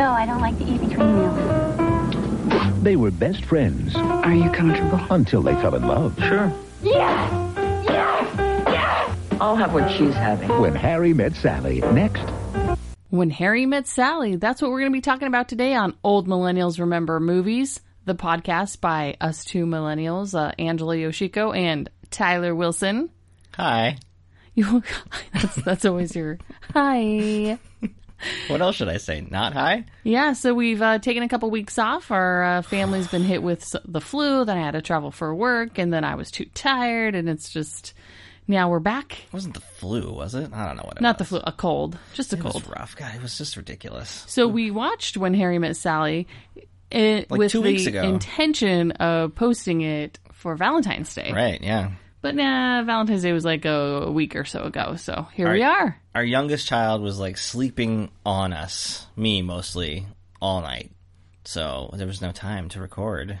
I don't like to eat between meals. They were best friends Are you comfortable? until they fell in love. Sure. Yes! I'll have what she's having. When Harry met Sally. Next, When Harry Met Sally. That's what we're going to be talking about today on Old Millennials Remember Movies, the podcast by us two millennials, uh, Angela Yoshiko and Tyler Wilson. Hi. You, that's, that's always your hi. What else should I say? Not hi? Yeah, so we've uh, taken a couple weeks off. Our uh, family's been hit with s- the flu. Then I had to travel for work, and then I was too tired, and it's just now we're back. It wasn't the flu, was it? I don't know what it Not the was. flu, a cold, just a It was cold. rough. God, it was just ridiculous. So we watched When Harry Met Sally eh, Like with two weeks the ago. intention of posting it for Valentine's Day. Right, yeah. But nah, Valentine's Day was like a week or so ago. So here we are. Our youngest child was like sleeping on us, me mostly, all night. So there was no time to record.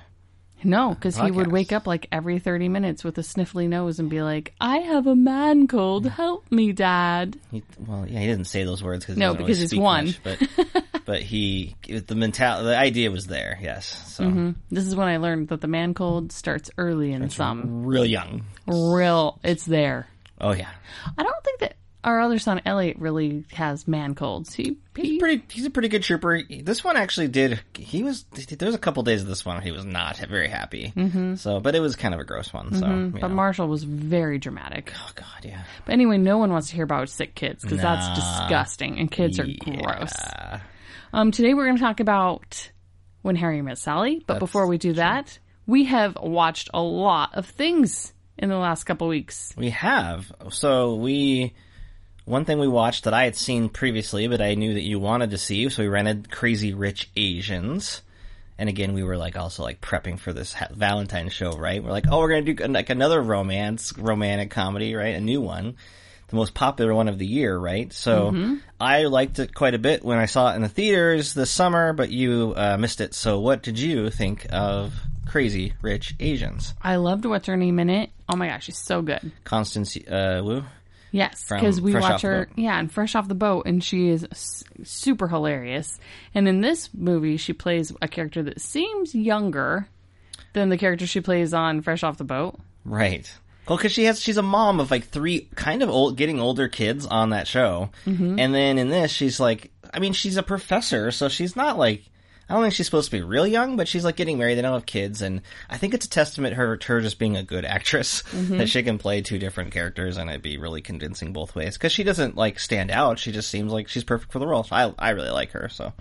No, because he would Podcast. wake up like every 30 minutes with a sniffly nose and be like, I have a man cold. Help me, Dad. He, well, yeah, he didn't say those words because No, because really he's speak one. much, but but he the mental the idea was there. Yes, so This is when I learned that the man cold starts early in some. real young. Real, it's there. Oh yeah, I don't think that our other son, Elliot, really has man colds. He, he he's pretty. He's a pretty good trooper. This one actually did. He was. There was a couple days of this one he was not very happy. Mm-hmm. So, but it was kind of a gross one. So, you But know. Marshall was very dramatic. oh god, yeah. But anyway, no one wants to hear about sick kids because that's disgusting and kids are gross. Um, today we're going to talk about When Harry Met Sally. But before we do that, we have watched a lot of things in the last couple weeks. We have. So we one thing we watched that I had seen previously, but I knew that you wanted to see, so we rented Crazy Rich Asians. And again, we were like also like prepping for this ha- Valentine's show, right? We're like, oh, we're gonna do like another romance, romantic comedy, right? A new one, the most popular one of the year, right? So I liked it quite a bit when I saw it in the theaters this summer, but you uh, missed it. So what did you think of Crazy Rich Asians? I loved What's Her Name in it. Oh my gosh, she's so good. Constance uh, Wu. Yes, From because we Fresh watch Off the her. Boat. Yeah, and fresh off the boat, and she is s- super hilarious. And in this movie, she plays a character that seems younger than the character she plays on Fresh Off the Boat. Right. Well, because she has, she's a mom of like three kind of old, getting older kids on that show, Mm-hmm. and then in this, she's like, I mean, she's a professor, so she's not like, I don't think she's supposed to be real young, but she's like getting married. They don't have kids, and I think it's a testament to her to her just being a good actress Mm-hmm. that she can play two different characters and it'd be really convincing both ways. Because she doesn't like stand out; she just seems like she's perfect for the role. So I I really like her. So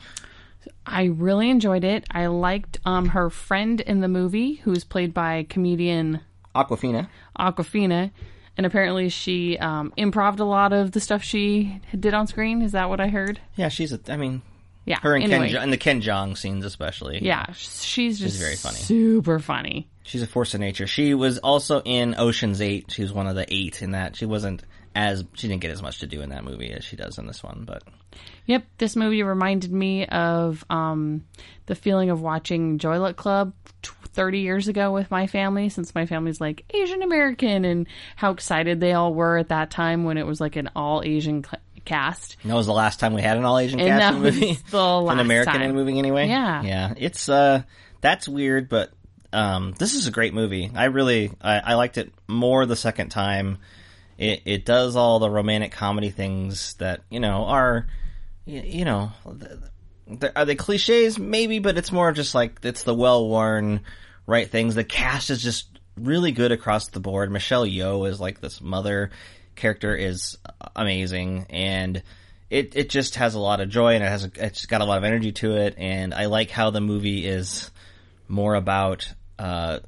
I really enjoyed it. I liked um, her friend in the movie, who's played by comedian Aquafina, Aquafina, and apparently she um, improved a lot of the stuff she did on screen. Is that what I heard? yeah, she's a, I mean, Yeah. her and anyway, Ken Jo- and the Ken Jong scenes especially, yeah, she's just very funny. super funny. She's a force of nature. She was also in Ocean's Eight. She was one of the eight in that. She wasn't as she didn't get as much to do in that movie as she does in this one. But Yep, this movie reminded me of um, the feeling of watching Joy Luck Club t- 30 years ago with my family, since my family's like Asian American, and how excited they all were at that time when it was like an all Asian cl- cast. that was the last time we had an all Asian And cast that in a movie. was the last an American time. in a movie, anyway. Yeah. yeah. It's uh, that's weird, but um, this is a great movie. I really I, I liked it more the second time. It it does all the romantic comedy things that you know are y- you know, th- th- are they cliches? Maybe, but it's more of just like it's the well-worn right things. The cast is just really good across the board. Michelle Yeoh is like this mother character is amazing, and it it just has a lot of joy and it has a, it's got a lot of energy to it. And I like how the movie is more about uh,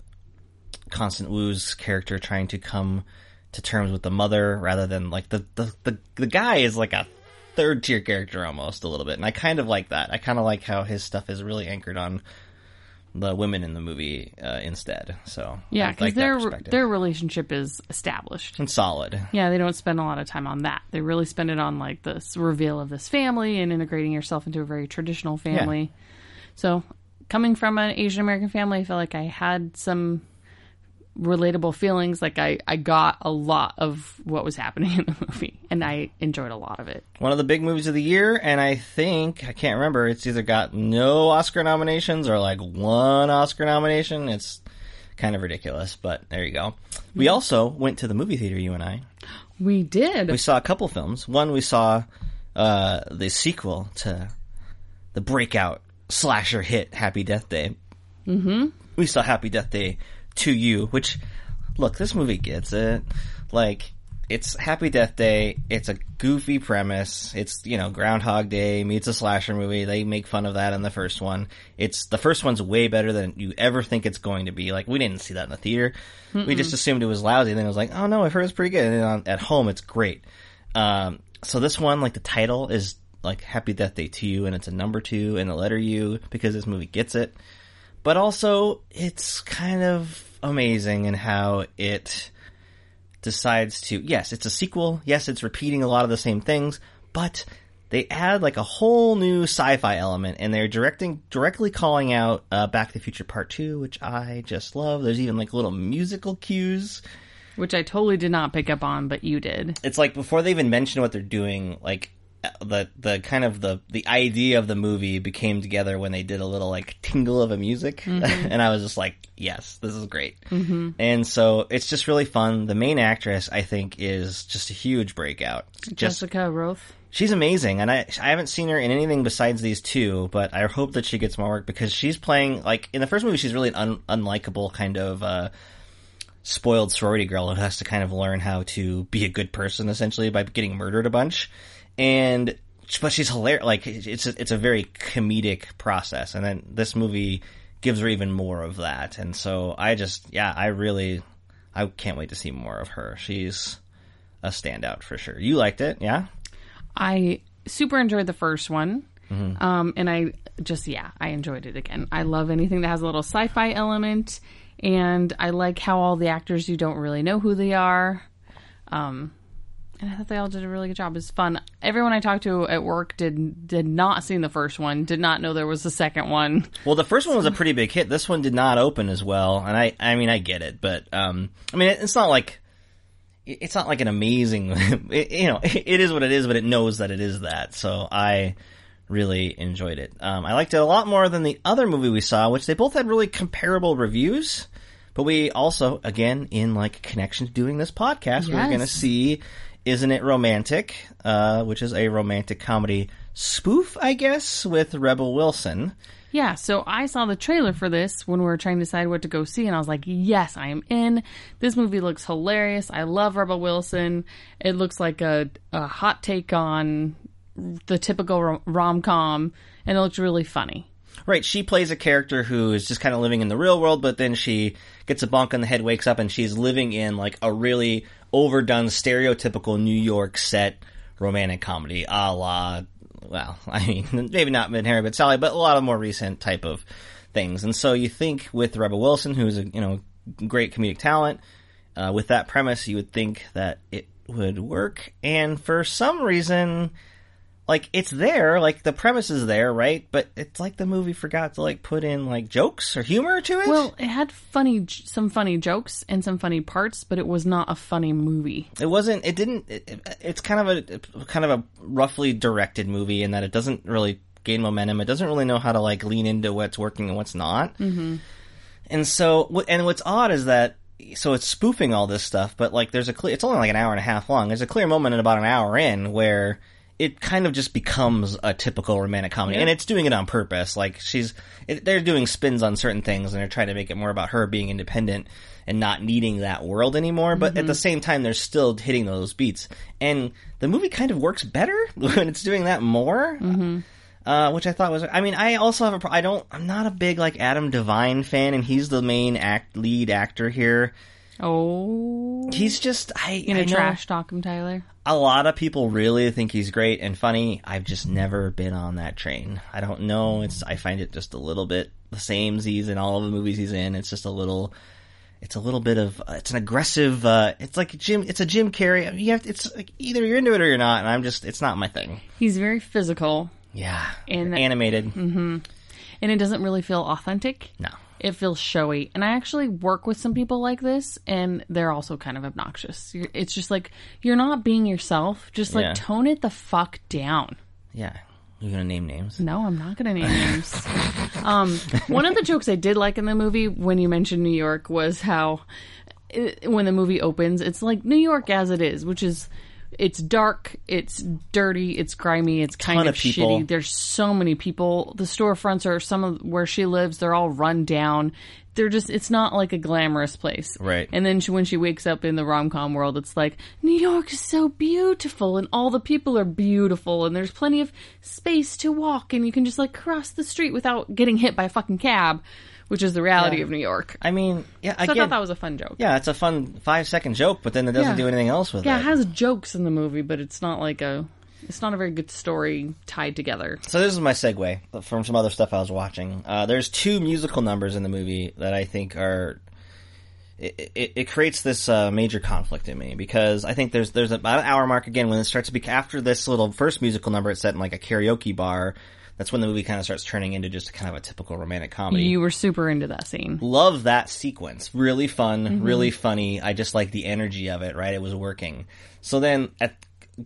Constant Wu's character trying to come to terms with the mother rather than like the the the, the guy is like a third tier character almost a little bit, and I kind of like that. I kind of like how his stuff is really anchored on the women in the movie uh, instead. So Yeah, I because like that their perspective. their relationship is established. and solid. Yeah, they don't spend a lot of time on that. They really spend it on like this reveal of this family and integrating yourself into a very traditional family. So, coming from an Asian American family, I feel like I had some relatable feelings. Like I, I got a lot of what was happening in the movie, and I enjoyed a lot of it. One of the big movies of the year, and I think I can't remember. It's either got no Oscar nominations or like one Oscar nomination. It's kind of ridiculous, but there you go. We also went to the movie theater. You and I. We did. We saw a couple films. One we saw uh, the sequel to the breakout slasher hit Happy Death Day. Mm-hmm. We saw Happy Death Day to you, which look, this movie gets it. Like it's Happy Death Day. It's a goofy premise. It's you know Groundhog Day meets a slasher movie. They make fun of that in the first one. It's the first one's way better than you ever think it's going to be. Like we didn't see that in the theater. We just assumed it was lousy. Then it was like, oh no, I've heard it's pretty good. And then on, at home, it's great. Um, so this one, like the title is like Happy Death Day to you, and it's a number two and a letter U because this movie gets it. But also, it's kind of amazing in how it decides to. Yes, it's a sequel. Yes, it's repeating a lot of the same things, but they add like a whole new sci-fi element, and they're directing directly calling out uh, Back to the Future Part Two, which I just love. There's even like little musical cues which I totally did not pick up on, but you did. it's like before they even mention what they're doing, like uh, the the kind of the the idea of the movie became together when they did a little like tingle of a music, and I was just like, yes, this is great. Mm-hmm. And so it's just really fun. The main actress, I think, is just a huge breakout. Just Jessica Roth. she's amazing, and I I haven't seen her in anything besides these two, but I hope that she gets more work because she's playing like in the first movie, she's really an un- unlikable kind of. uh spoiled sorority girl who has to kind of learn how to be a good person essentially by getting murdered a bunch and but she's hilarious like it's a, it's a very comedic process and then this movie gives her even more of that and so i just yeah i really i can't wait to see more of her she's a standout for sure you liked it yeah I super enjoyed the first one. Um, and I just, yeah, I enjoyed it again. I love anything that has a little sci fi element. And I like how all the actors, you don't really know who they are. Um, and I thought they all did a really good job. It's fun. Everyone I talked to at work did did not see the first one, did not know there was a second one. Well, the first one was a pretty big hit. This one did not open as well, and I, I mean, I get it, but um, I mean, it's not like it's not like an amazing, it, you know, it is what it is, but it knows that it is that. So I really enjoyed it. Um, I liked it a lot more than the other movie we saw, which they both had really comparable reviews. But we also, again, in like connection to doing this podcast, we're Yes. going to see Isn't It Romantic, uh, which is a romantic comedy spoof, I guess, with Rebel Wilson. Yeah, so I saw the trailer for this when we were trying to decide what to go see, and I was like, yes, I am in. This movie looks hilarious. I love Rebel Wilson. It looks like a, a hot take on the typical rom com, and it looks really funny. Right, she plays a character who is just kind of living in the real world, but then she gets a bonk on the head, wakes up, and she's living in like a really overdone, stereotypical New York set romantic comedy, a la, well, I mean, maybe not Mid Harry, but Sally, but a lot of more recent type of things. And so you think with Rebel Wilson, who's a you know great comedic talent, uh, with that premise, you would think that it would work, and for some reason like it's there, like the premise is there, right? But it's like the movie forgot to like put in like jokes or humor to it. Well, it had funny, j- some funny jokes and some funny parts, but it was not a funny movie. it wasn't. It didn't. It, it- it's kind of a kind of a roughly directed movie in that it doesn't really gain momentum. It doesn't really know how to like lean into what's working and what's not. Mm-hmm. And so, wh- and what's odd is that so it's spoofing all this stuff, but like there's a clear. It's only like an hour and a half long. There's a clear moment at about an hour in where it kind of just becomes a typical romantic comedy, and it's doing it on purpose. Like she's, it, they're doing spins on certain things, and they're trying to make it more about her being independent and not needing that world anymore. But at the same time, they're still hitting those beats, and the movie kind of works better when it's doing that more uh, which I thought was. I mean, I also have a. pro- I don't. I'm not a big like Adam Devine fan, and he's the main act lead actor here. Oh, He's just. I you know, I know trash talk him, Tyler. a lot of people really think he's great and funny. I've just never been on that train. I don't know. It's I find it just a little bit the same Z's in all of the movies he's in. It's just a little. It's a little bit of. uh, It's an aggressive. Uh, it's like Jim. It's a Jim Carrey. You have. To, it's like either you're into it or you're not. And I'm just. It's not my thing. He's very physical, Yeah. And- Mm-hmm. animated. and it doesn't really feel authentic. No. it feels showy. And I actually work with some people like this, and they're also kind of obnoxious. You're, it's just like you're not being yourself. Just like Yeah. tone it the fuck down. Yeah. You're going to name names? No, I'm not gonna name names. um, one of the jokes I did like in the movie when you mentioned New York was how it, when the movie opens, it's like New York as it is, which is it's dark, it's dirty, it's grimy, it's kind Ton of, of people. shitty. There's so many people. The storefronts are some of where she lives. They're all run down. They're just. It's not like a glamorous place, Right. And then she, when she wakes up in the rom com world, it's like New York is so beautiful, and all the people are beautiful, and there's plenty of space to walk, and you can just like cross the street without getting hit by a fucking cab, which is the reality Yeah. of New York. I mean, yeah, I So I, get thought that was a fun joke. Yeah, it's a fun five second joke, but then it doesn't Yeah. do anything else with Yeah, it. it has jokes in the movie, but it's not like a. It's not a very good story tied together. so this is my segue from some other stuff I was watching. Uh, there's two musical numbers in the movie that I think are it, it, it creates this uh, major conflict in me because I think there's there's about an hour mark again when it starts to be after this little first musical number it's set in like a karaoke bar. That's when the movie kind of starts turning into just kind of a typical romantic comedy. You were super into that scene. love that sequence. Really fun, really funny. I just like the energy of it, right? It was working. So then at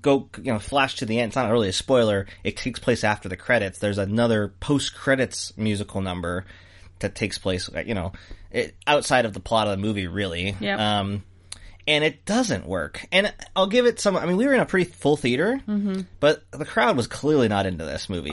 go you know flash to the end. It's not really a spoiler. It takes place after the credits. There's another post credits musical number that takes place, uh, you know, it, outside of the plot of the movie really. Yep. Um and it doesn't work. And I'll give it some I mean we were in a pretty full theater, but the crowd was clearly not into this movie.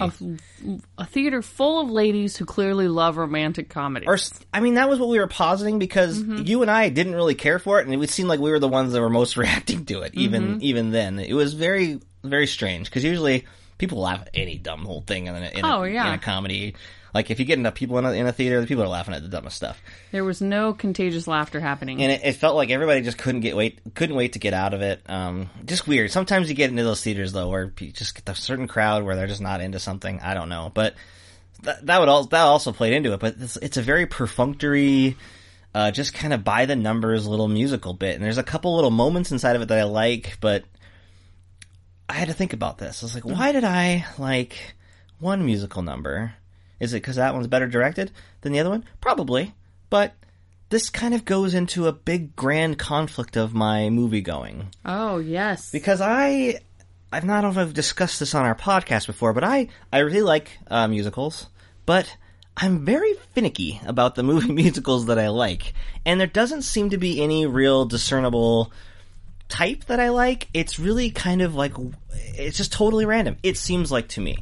A theater full of ladies who clearly love romantic comedy. Mm-hmm. or s- I mean, that was what we were positing because you and I didn't really care for it, and it would seem like we were the ones that were most reacting to it. Even Mm-hmm. even then, it was very very strange because usually people laugh at any dumb whole thing in a, in a, Oh, yeah. in a comedy. Like if you get enough people in a, in a theater, the people are laughing at the dumbest stuff, there was no contagious laughter happening. and it, it felt like everybody just couldn't get wait couldn't wait to get out of it. Um, just weird. Sometimes you get into those theaters though, where you just get a certain crowd where they're just not into something. I don't know, but that, that would all that also played into it, but it's, it's a very perfunctory, uh, just kind of by the numbers little musical bit. And there's a couple little moments inside of it that I like, but I had to think about this. I was like, why did I like one musical number? Is it because that one's better directed than the other one? Probably, but this kind of goes into a big grand conflict of my movie going oh yes, because I I've not know if I've discussed this on our podcast before, but I I really like uh, musicals, but I'm very finicky about the movie musicals that I like, and there doesn't seem to be any real discernible type that I like. It's really kind of like it's just totally random. It seems like to me.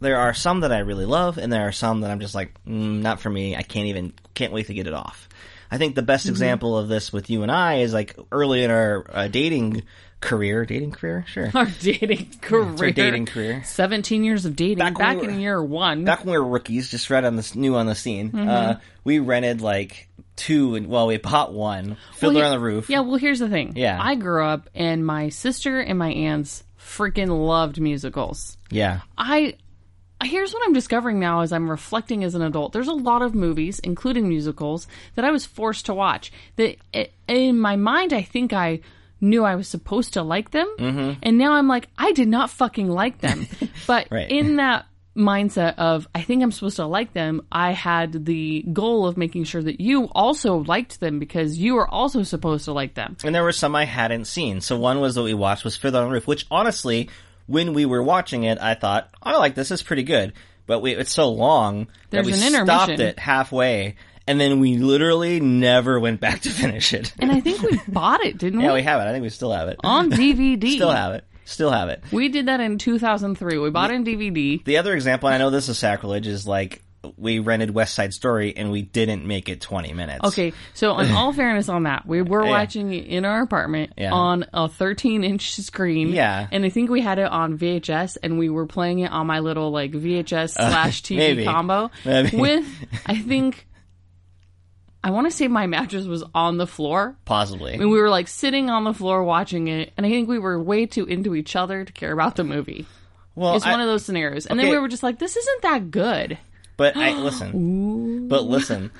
There are some that I really love, and there are some that I'm just like, mm, not for me. I can't even, can't wait to get it off. I think the Mm-hmm. best example of this with you and I is like early in our uh, dating career, dating career, sure. our dating career. our dating career. 17 years of dating. Back Back, when we were- in year one. back when we were rookies, just right on this new on the scene, Mm-hmm. uh, we rented like two, and well, we bought one, Well, filled her he- on the roof. Yeah, well, here's the thing. Yeah. I grew up and my sister and my aunts freaking loved musicals. yeah, I here's what I'm discovering now as I'm reflecting as an adult. There's a lot of movies, including musicals, that I was forced to watch. That i- in my mind, I think I knew I was supposed to like them, Mm-hmm. and now I'm like, I did not fucking like them. but Right. in that mindset of I think I'm supposed to like them, I had the goal of making sure that you also liked them because you are also supposed to like them. and there were some I hadn't seen. So one was that we watched was filled on the roof, which honestly, when we were watching it, I thought, I like this. It's pretty good, but we, it's so long There's that we an stopped intermission. it halfway, and then we literally never went back to finish it. And I think we bought it, didn't yeah, we? we have it. I think we still have it. On DVD. Still have it. Still have it. We did that in 2003. We bought it in DVD. The other example, and I know this is sacrilege, is like we rented West Side Story and we didn't make it 20 minutes. Okay, so in all fairness on that, we were watching it in our apartment Yeah. on a 13 inch screen. Yeah. And I think we had it on VHS and we were playing it on my little like VHS slash TV Uh, maybe. combo Maybe. with, I think, I want to say my mattress was on the floor. Possibly. And we were like sitting on the floor watching it, and I think we were way too into each other to care about the movie. Well, It's I- one of those scenarios. And Okay. then we were just like, this isn't that good. but I listen. but listen.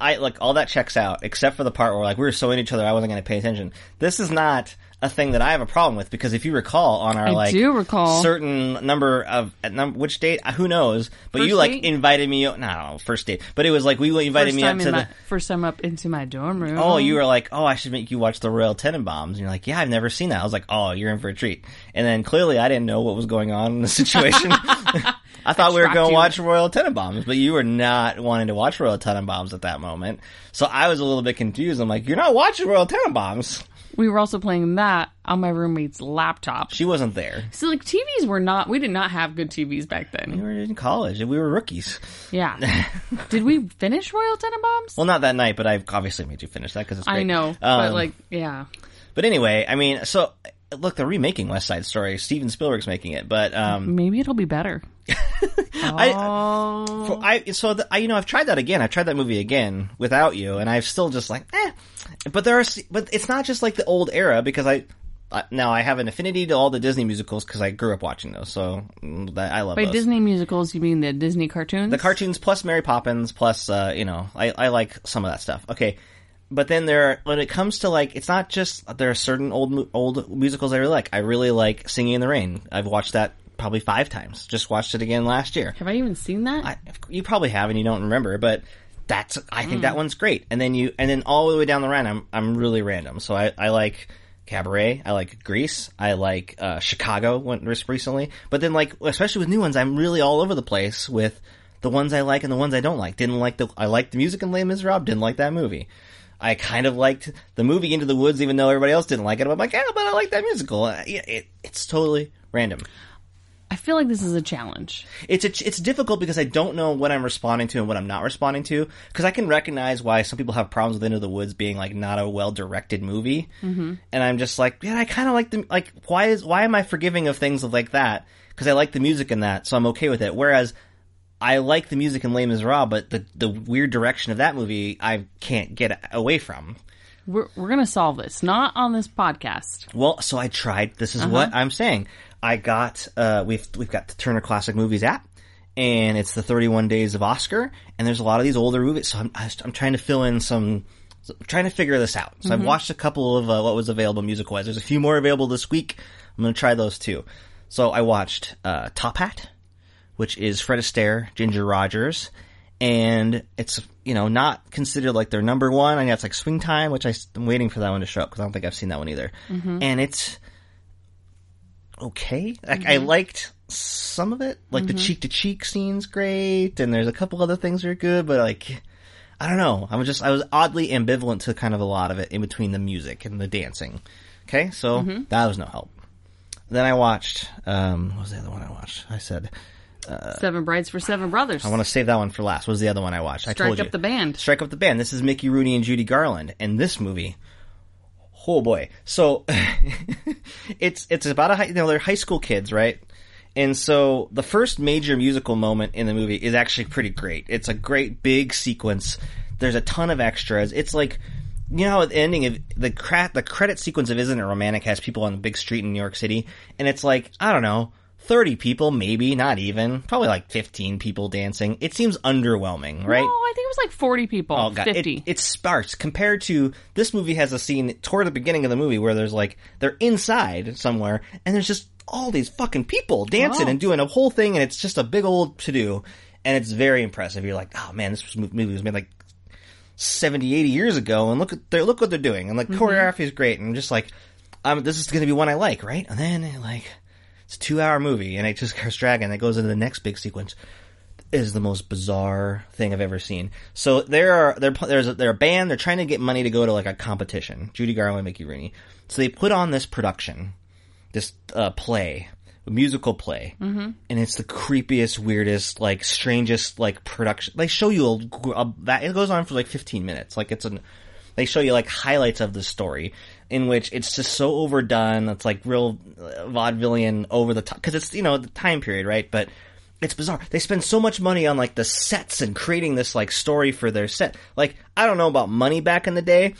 I like all that checks out, except for the part where like we were so into each other, I wasn't going to pay attention. This is not a thing that I have a problem with because if you recall on our I like do recall. certain number of at num- which date Uh, who knows, but First you like date? invited me. o- No, I don't know, first date, but it was like we invited first me up time to in the. my, first time up into my dorm room. Oh, you were like, oh, I should make you watch the Royal Tenenbaums, and you're like, yeah, I've never seen that. I was like, oh, you're in for a treat. And then clearly, I didn't know what was going on in the situation. I thought we were trapped going to you. watch Royal Tenenbaums, but you were not wanting to watch Royal Tenenbaums at that moment. So I was a little bit confused. I'm like, you're not watching Royal Tenenbaums. We were also playing that on my roommate's laptop. She wasn't there. So like TVs were not. We did not have good TVs back We then. were in college and we were rookies. Yeah. did we finish Royal Tenenbaums? Well, not that night, but I obviously made you finish that because it's great. I know, Um, but like, yeah. but anyway, I mean, so look, they're remaking West Side Story. Steven Spielberg's making it, but um, Maybe it'll be better. oh, For- I so the, I you know I've tried that again. I've tried that movie again without you, and I've still just like eh. But there are s- but it's not just like the old era because I. I- Now I have an affinity to all the Disney musicals because I grew up watching those, so mm, that, I love by those. Disney musicals, you mean the Disney cartoons? the cartoons plus Mary Poppins plus uh, you know I, I like some of that stuff. Okay, but then there are, when it comes to like it's not just there are certain old mu- old musicals I really like. I really like Singing in the Rain. I've watched that probably five times. Just watched it again last year. Have I even seen that? I, you probably have and you don't remember, but that's I think that one's great. And then you and then all the way down the line, I'm I'm really random. So I I like Cabaret, I like Grease, I like uh, Chicago went just recently, but then like especially with new ones, I'm really all over the place with the ones I like and the ones I don't like. Didn't like the I liked the music in Les Miserables, didn't like that movie. I kind of liked the movie Into the Woods, even though everybody else didn't like it. I'm like, yeah, but I like that musical. Uh, yeah, It, it's totally random I feel like this is a challenge. it's a, it's difficult because I don't know what I'm responding to and what I'm not responding to because I can recognize why some people have problems with Into the Woods being like not a well directed movie, mm-hmm. and I'm just like, yeah, I kind of like the like why is why am I forgiving of things like that because I like the music in that, so I'm okay with it. Whereas I like the music in Les Miserables, but the the weird direction of that movie I can't get away from. We're we're gonna solve this, not on this podcast. Well, so I tried. This is what I'm saying. I got uh, we've we've got the Turner Classic Movies app, and it's the 31 Days of Oscar, and there's a lot of these older movies. So I'm I was- I'm trying to fill in some. so I'm Trying to figure this out. So I've watched a couple of uh, what was available music wise. There's a few more available this week. I'm going to try those too. So I watched uh, Top Hat, which is Fred Astaire, Ginger Rogers, and it's you know not considered like their number one. I know it's like Swing Time, which I, am waiting for that one to show up because I don't think I've seen that one either. And it's okay. Like I liked some of it, like the cheek to cheek scenes, great, and there's a couple other things that are good, but like. I don't know. I was just I was oddly ambivalent to kind of a lot of it in between the music and the dancing. Okay, so that was no help. Then I watched um what was the other one I watched? I said seven Brides for Seven Brothers. Uh, I want to save that one for last. What was the other one I watched? I Strike told Up you. the Band. Strike Up the Band. This is Mickey Rooney and Judy Garland. And this movie, oh boy. So it's it's about a high, you know they're high school kids, right? And so the first major musical moment in the movie is actually pretty great. It's a great big sequence. There's a ton of extras. It's like you know how at the ending of the cra- the credit sequence of Isn't It Romantic has people on the big street in New York City, and it's like I don't know. 30 people, maybe, not even, probably like 15 people dancing. It seems underwhelming, right? No, Oh, I think it was like forty people, Oh, God. It- fifty. it's sparse compared to this movie has a scene toward the beginning of the movie where there's like they're inside somewhere and there's just all these fucking people dancing Wow. and doing a whole thing and it's just a big old to do and it's very impressive. You're like, oh man, this was- movie was made like 70, 80 years ago and look at they look what they're doing and like Mm-hmm. choreography is great and I'm just like, um, this is gonna be one I like, right? And then like it's a two hour movie and it just goes dragging. It goes into the next big sequence is the most bizarre thing I've ever seen. So there are there there's a, they're a band. They're trying to get money to go to like a competition. Judy Garland, Mickey Rooney. So they put on this production, this uh, play, a musical play, mm-hmm. and it's the creepiest, weirdest, like strangest, like production. They show you a, gr- a that it goes on for like 15 minutes. Like it's an they show you like highlights of the story in which it's just so overdone. It's like real uh, vaudevillian over the top because it's you know the time period, right? But it's bizarre. They spend so much money on like the sets and creating this like story for their set. Like I don't know about money back in the day,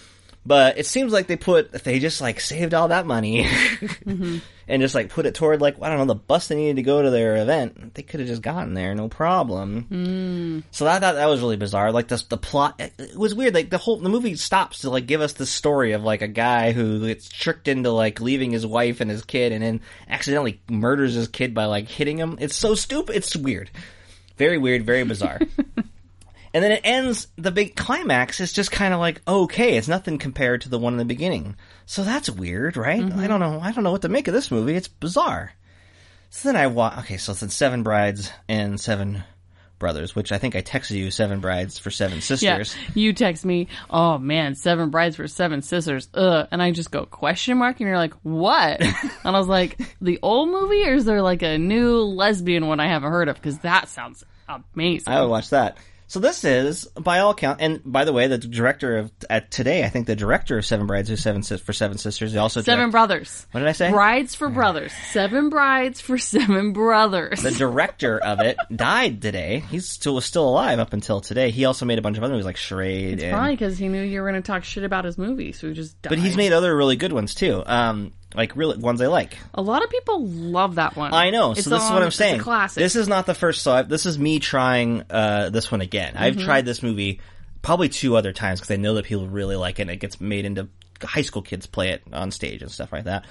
But it seems like they put they just like saved all that money and just like put it toward like I don't know the bus they needed to go to their event. They could have just gotten there no problem. So I thought that was really bizarre. Like the the plot, it it was weird. Like the whole the movie stops to like give us the story of like a guy who gets tricked into like leaving his wife and his kid, and then accidentally murders his kid by like hitting him. It's so stupid. It's weird, very weird, very bizarre. and then it ends. The big climax is just kind of like okay, it's nothing compared to the one in the beginning. So that's weird, right? Mm-hmm. I don't know. I don't know what to make of this movie. It's bizarre. So then I watch. Okay, so it's in Seven Brides and Seven Brothers, which I think I texted you Seven Brides for Seven Yeah, Sisters. you text me, oh man, seven brides for seven sisters, ugh, and I just go question mark, and you're like, what? and I was like, the old movie, or is there like a new lesbian one I haven't heard of? Because that sounds amazing. I would watch that. So this is, by all count, and by the way, the director of at today, I think the director of Seven Brides for Seven Sis- for Seven Sisters, he also seven direct- brothers. What did I say? Brides for brothers. Seven brides for seven brothers. the director of it died today. He's still was still alive up until today. He also made a bunch of other movies like Charade. and, Probably because he knew you were going to talk shit about his movie, so he just died. but he's made other really good ones too. Um, like real ones I like. a lot of people love that one. I know. It's so this is on- what I'm it's a saying. classic. This is not the first. So i this is me trying uh, this one again. I've Mm-hmm. tried this movie probably two other times because I know that people really like it. and It gets made into high school kids play it on stage and stuff like that.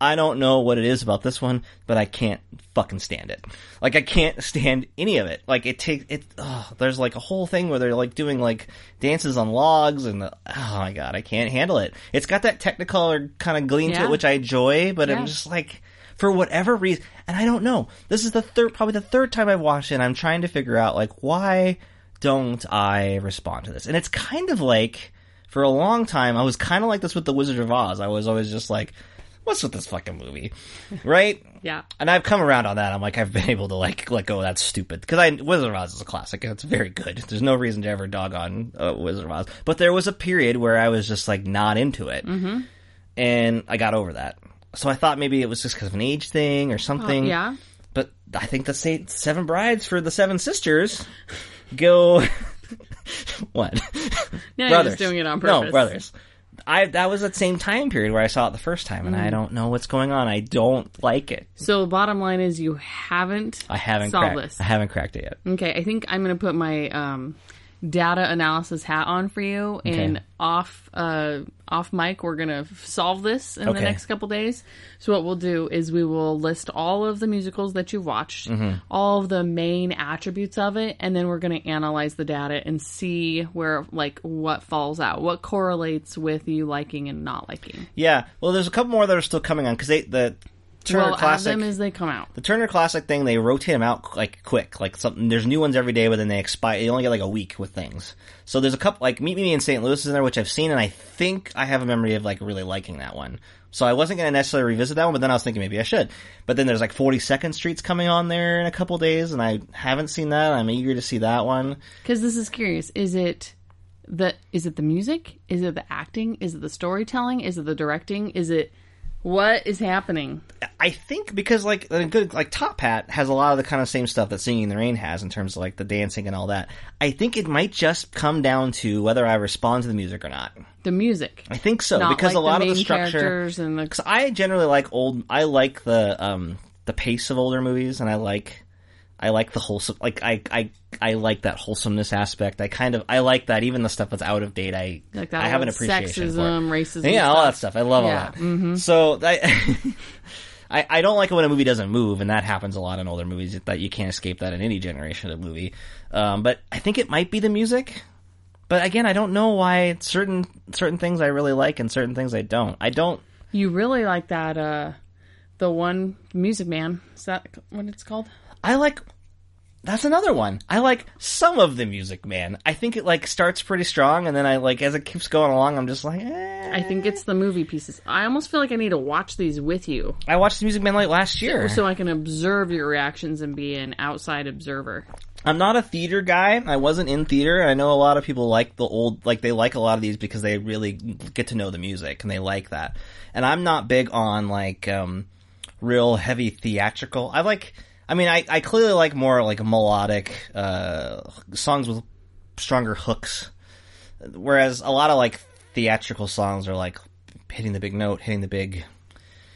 I don't know what it is about this one, but I can't fucking stand it. Like I can't stand any of it. Like it takes it. Oh, there's like a whole thing where they're like doing like dances on logs, and the, oh my god, I can't handle it. It's got that technicolor kind of gleam to Yeah. it, which I enjoy, but Yeah. I'm just like for whatever reason, and I don't know. This is the third, probably the third time I watched it. and I'm trying to figure out like why don't I respond to this? And it's kind of like for a long time I was kind of like this with the Wizard of Oz. I was always just like, what's with this fucking movie, right? Yeah. And I've come around on that. I'm like, I've been able to like let go. of That's stupid because I Wizard of Oz is a classic. and It's very good. There's no reason to ever dog on uh, Wizard of Oz. But there was a period where I was just like not into it, mm-hmm. and I got over that. So I thought maybe it was just because of an age thing or something. yeah. But I think the sa- seven brides for the seven sisters go what? Yeah, you're brothers just doing it on No, purpose. brothers. I that was that same time period where I saw it the first time, and Mm-hmm. I don't know what's going on. I don't like it. So bottom line is you haven't I haven't solved cracked. this. I haven't cracked it yet. Okay, I think I'm going to put my um, data analysis hat on for you, and off uh, off mic, we're going to solve this in Okay. the next couple days. So what we'll do is we will list all of the musicals that you watched, Mm-hmm. all of the main attributes of it, and then we're going to analyze the data and see where like what falls out, what correlates with you liking and not liking. Yeah. Well, there's a couple more that are still coming on because they the Turner we'll add Classic. them as they come out. the Turner Classic thing, they rotate them out like quick, like something. There's new ones every day, but then they expire. You only get like a week with things. So there's a couple like Meet Me in St. Louis is in there, which I've seen, and I think I have a memory of like really liking that one. So I wasn't gonna necessarily revisit that one, but then I was thinking maybe I should. But then there's like 42nd Street's coming on there in a couple days, and I haven't seen that. I'm eager to see that one. Because this is curious. Is it the is it the music? Is it the acting? Is it the storytelling? Is it the directing? Is it what is happening? I think because like a good like Top Hat has a lot of the kind of same stuff that Singing in the Rain has in terms of like the dancing and all that. I think it might just come down to whether I respond to the music or not. The music. I think so Not because like a lot the of the main structure. characters and the- Because I generally like old. I like the um the pace of older movies, and I like I like the wholesome. Like I I I like that wholesomeness aspect. I kind of I like that even the stuff that's out of date. I Like that I have an old appreciation for sexism, racism. yeah, stuff. all that stuff. I love Yeah, Mm-hmm. all that. So I, I, I don't like it when a movie doesn't move, and that happens a lot in older movies. That you can't escape that in any generation of movie. Um, but I think it might be the music. But again, I don't know why certain certain things I really like and certain things I don't. I don't. You really like that uh the one Music Man. Is that what it's called? I like. That's another one. I like some of the music, man. I think it like starts pretty strong, and then I like as it keeps going along, I'm just like, eh. I think it's the movie pieces. I almost feel like I need to watch these with you I watched the Music Man like last year. so I can observe your reactions and be an outside observer. I'm not a theater guy. I wasn't in theater. I know a lot of people like the old, like they like a lot of these because they really get to know the music and they like that. And I'm not big on like, um, real heavy theatrical. I like, I mean, I, I clearly like more like melodic, uh, songs with stronger hooks. Whereas a lot of like theatrical songs are like hitting the big note, hitting the big.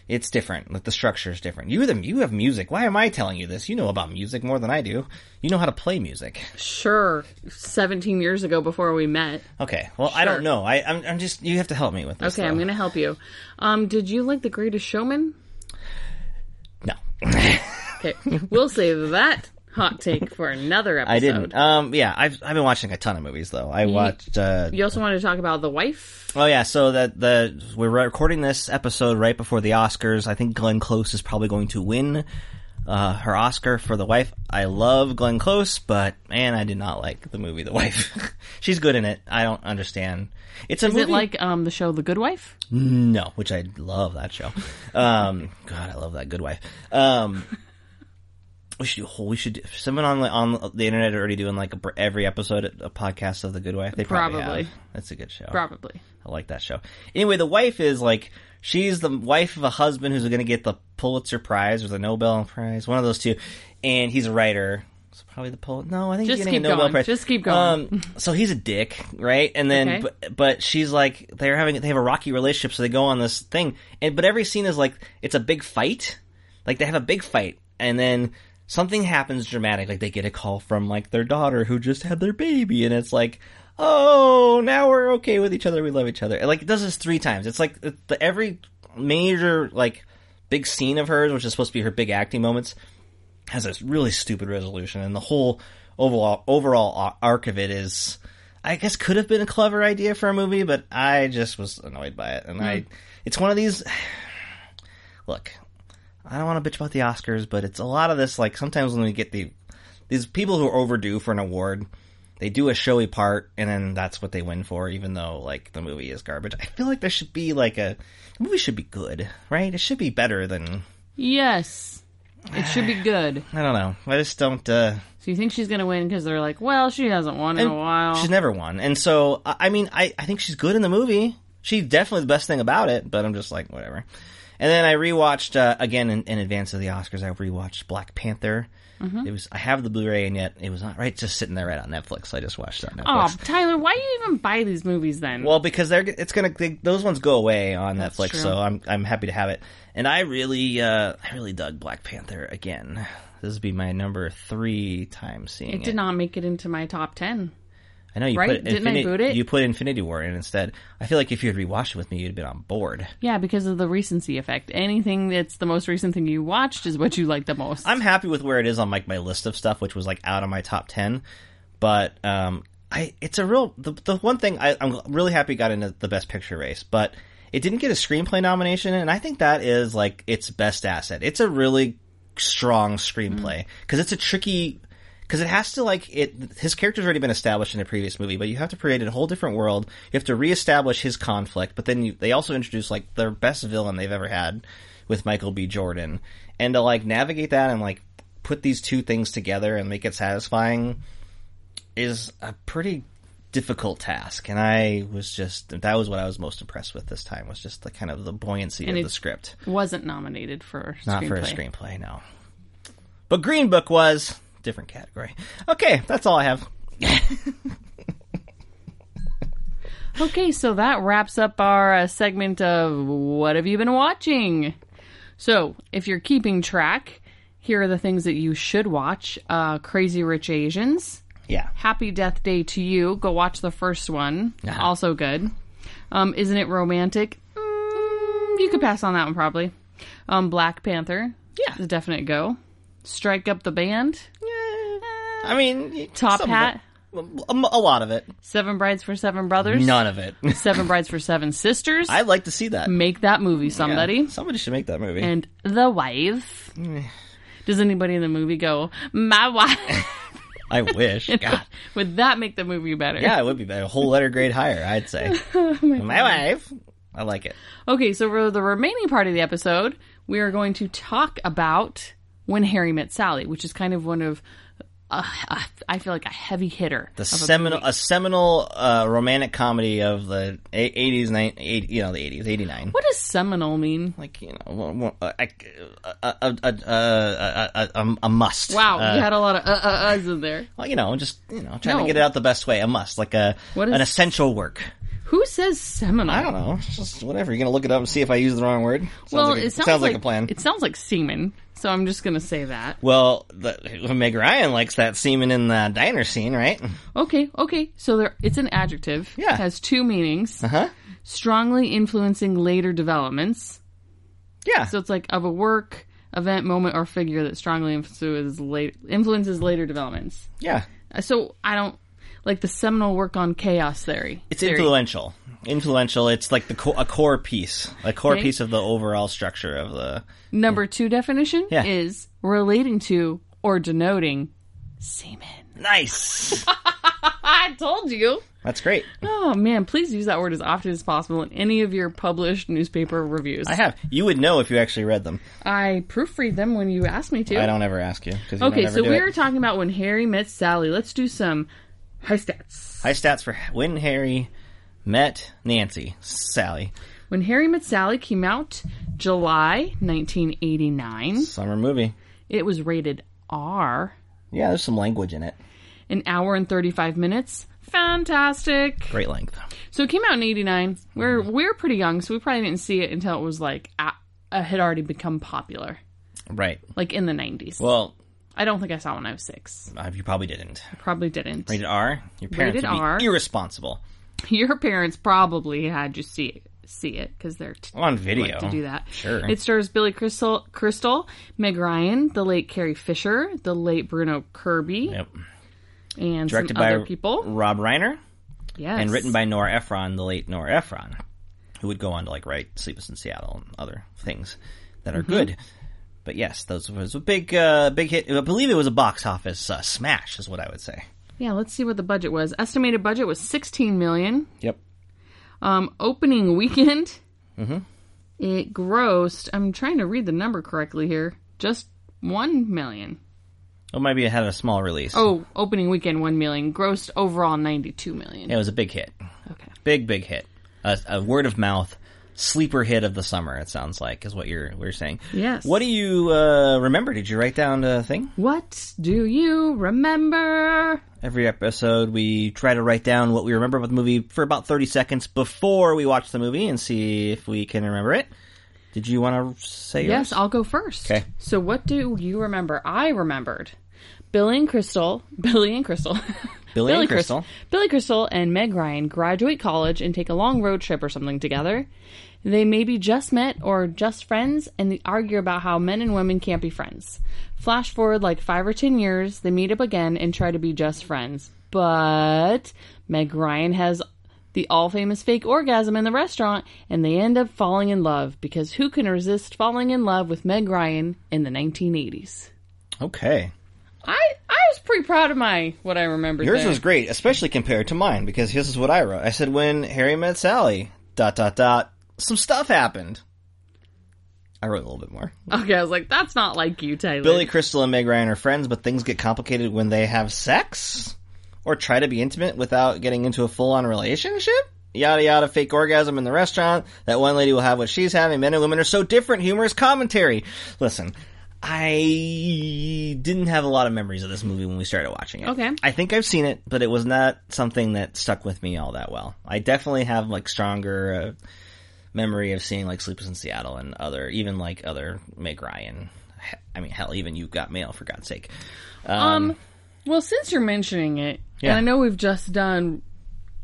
It's different. Like the structure is different. You them you have music. Why am I telling you this? You know about music more than I do. You know how to play music. Sure, 17 years ago before we met. Okay. Well, I Sure. don't know. I I'm, I'm just you have to help me with this. Okay, I'm though. going to help you. Um, did you like The Greatest Showman? No. Okay, we'll save that hot take for another episode. I didn't. Um, yeah, I've I've been watching a ton of movies though. I watched. Uh, You also wanted to talk about The Wife? oh yeah, so that the we're recording this episode right before the Oscars. I think Glenn Close is probably going to win uh, her Oscar for The Wife. I love Glenn Close, but man, I did not like the movie The Wife. She's good in it. I don't understand. It's a Is movie it like um, the show The Good Wife? no, which I love that show. Um, God, I love that Good Wife. Um, we should do a whole. We should. Someone on the on the internet are already doing like a, br- every episode a podcast of the Good Wife. They probably, Probably. have. That's a good show. Probably. I like that show. Anyway, the wife is like she's the wife of a husband who's going to get the Pulitzer Prize or the Nobel Prize, one of those two, and he's a writer. So probably the Pul. No, I think Just he's getting keep a Nobel going. Prize. Just keep going. Um, so he's a dick, right? And then, Okay. but, but she's like they're having they have a rocky relationship, so they go on this thing, and but every scene is like it's a big fight. Like they have a big fight, and then something happens dramatic. Like they get a call from like their daughter who just had their baby, and it's like, oh, now we're okay with each other. We love each other. And, like it does this three times. It's like the, the every major like big scene of hers, which is supposed to be her big acting moments, has a really stupid resolution, and the whole overall overall ar- arc of it is, I guess, could have been a clever idea for a movie, but I just was annoyed by it, and I, it's one of these. Look, I don't want to bitch about the Oscars, but it's a lot of this. Like sometimes when we get the these people who are overdue for an award, they do a showy part, and then that's what they win for, even though like the movie is garbage. I feel like there should be like a the movie should be good, right? It should be better than Yes. It should be good. I don't know. I just don't. uh So you think she's going to win because they're like, well, she hasn't won in a And while. She's never won, and so I I mean, I I think she's good in the movie. She's definitely the best thing about it, but I'm just like whatever. And then I rewatched uh, again in, in advance of the Oscars. I rewatched Black Panther. Mm-hmm. It was I have the Blu-ray, and yet it was not right. it's Just sitting there right on Netflix. I just watched it on Netflix. Oh, Tyler, why do you even buy these movies then? Well, because they're it's gonna they, those ones go away on Netflix, true. so I'm I'm happy to have it. And I really uh I really dug Black Panther again. This would be my number three time seeing it. it did not make it into my top 10. I know you right? put Infini- Didn't I boot it? You put Infinity War in instead. I feel like if you had rewatched it with me, you'd have been on board. Yeah, because of the recency effect. Anything that's the most recent thing you watched is what you like the most. I'm happy with where it is on like my list of stuff, which was like out of my top ten. But um, I it's a real the, the one thing I, I'm really happy got into the best picture race, but it didn't get a screenplay nomination, and I think that is like its best asset. It's a really strong Mm. screenplay because it's a tricky because it has to like it his character's already been established in a previous movie but you have to create a whole different world you have to reestablish his conflict but then you, they also introduce like their best villain they've ever had with michael b jordan and to like navigate that and like put these two things together and make it satisfying is a pretty difficult task and i was just that was what i was most impressed with this time was just the kind of the buoyancy And of it- the script Wasn't nominated for not screenplay. for a screenplay no but green book was different category okay that's all i have Okay, so that wraps up our uh, segment of what have you been watching? So, if you're keeping track, here are the things that you should watch: uh, Crazy Rich Asians, yeah Happy Death Day to You. Go watch the first one, Uh-huh. also good. Um, Isn't it romantic? Mm, you could pass on that one probably. Um, Black Panther, Yeah. is a definite go. Strike up the band, I mean, Top some of Hat, it. Um, A, a lot of it. Seven Brides for Seven Brothers, None of it. Seven Brides for Seven Sisters. I'd like to see that. Make that movie, somebody. Yeah, somebody should make that movie. and the wife. Does anybody in the movie go, my wife? I wish. God. Would that make the movie better? Yeah, it would be better. A whole letter grade higher, I'd say. Oh my wife. I like it. Okay, so for the remaining part of the episode, we are going to talk about When Harry Met Sally, which is kind of one of, uh, uh, I feel like a heavy hitter. The of a seminal, a, seminal uh, romantic comedy of the eighties, eight, you know, the eighties, eighty nine. what does seminal mean? Like you know, one- one- a a a a, a, a, a, a must. Wow, Uh, you had a lot of uh uh uhs in there. well, you know, just you know, trying No. to get it out the best way. A must, like a What is- an essential work. Who says seminal? I don't know. It's Just whatever. You're gonna look it up and see if I use the wrong word. Sounds well, like a, it sounds, like, a plan. It sounds like semen. So I'm just gonna say that. Well, the, Meg Ryan likes that semen in the diner scene, right? Okay, okay. So there, it's an adjective. Yeah. has two meanings. Uh huh. Strongly influencing later developments. Yeah. So it's like of a work, event, moment, or figure that strongly influences late influences later developments. yeah. Uh, So I don't like the seminal work on chaos theory. It's theory. influential. Influential. It's like the co- a core piece, a core Okay. piece of the overall structure of the. Number two definition Yeah. is relating to or denoting semen. Nice. I told you. That's great. Oh man, please use that word as often as possible in any of your published newspaper reviews. I have. You would know if you actually read them. I proofread them when you ask me to. I don't ever ask you because Okay, so do we were it. talking about when Harry met Sally. Let's do some high stats. High stats for when Harry met Nancy Sally. When Harry Met Sally came out July 1989, Summer movie. it was rated R, Yeah, there's some language in it. an hour and 35 minutes. Fantastic. Great length. So it came out in 89. We're we're pretty young, so we probably didn't see it until it was like a, uh had already become popular, Right. like in the 90s. Well, I don't think I saw it when I was 6. uh, you probably didn't. Probably didn't. Rated R. Your parents Rated would be R. irresponsible Your parents probably had you see it see it cuz they're t- on video. like to do that. Sure. It stars Billy Crystal, Crystal, Meg Ryan, the late Carrie Fisher, the late Bruno Kirby, Yep. and Directed some by other people. Rob Reiner Yes. and written by Nora Ephron, the late Nora Ephron, who would go on to like write Sleepless in Seattle and other things that Mm-hmm. are good. But yes, those was a big, uh, big hit. I believe it was a box office uh, smash, is what I would say. Yeah, let's see what the budget was. Estimated budget was 16 million. Yep. Um opening weekend, Mm-hmm. it grossed, I'm trying to read the number correctly here, just 1 million. Oh, maybe it had a small release. Oh, opening weekend 1 million, grossed overall 92 million. it was a big hit. Okay. big big hit a, a word of mouth sleeper hit of the summer it sounds like is what you're we're saying Yes. what do you uh, remember did you write down a thing What do you remember? every episode we try to write down what we remember about the movie for about 30 seconds before we watch the movie and see if we can remember it did you want to say Yes, yours? I'll go first. Okay. So what do you remember? I remembered Billy and Crystal, Billy and Crystal, Billy and Crys- Crystal. Billy Crystal and Meg Ryan graduate college and take a long road trip or something together. They maybe just met or just friends, and they argue about how men and women can't be friends. Flash forward like five or ten years, they meet up again and try to be just friends. But Meg Ryan has the all famous fake orgasm in the restaurant, and they end up falling in love because who can resist falling in love with Meg Ryan in the 1980s? okay I I was pretty proud of my what I remember. yours was great especially compared to mine because this is what i wrote i said when harry met sally dot dot dot some stuff happened i wrote a little bit more okay. I was like, that's not like you, Taylor. Billy Crystal and Meg Ryan are friends, but things get complicated when they have sex or try to be intimate without getting into a full-on relationship. Yada yada, fake orgasm in the restaurant. That one lady will have what she's having. Men and women are so different. Humorous commentary. Listen, I didn't have a lot of memories of this movie when we started watching it. Okay. I think I've seen it, but it was not something that stuck with me all that well. I definitely have like stronger. Uh, memory of seeing like Sleepers in Seattle and other, even like other Meg Ryan. He- I mean, hell, even you got mail for God's sake. Um, well, since you're mentioning it, Yeah. and I know we've just done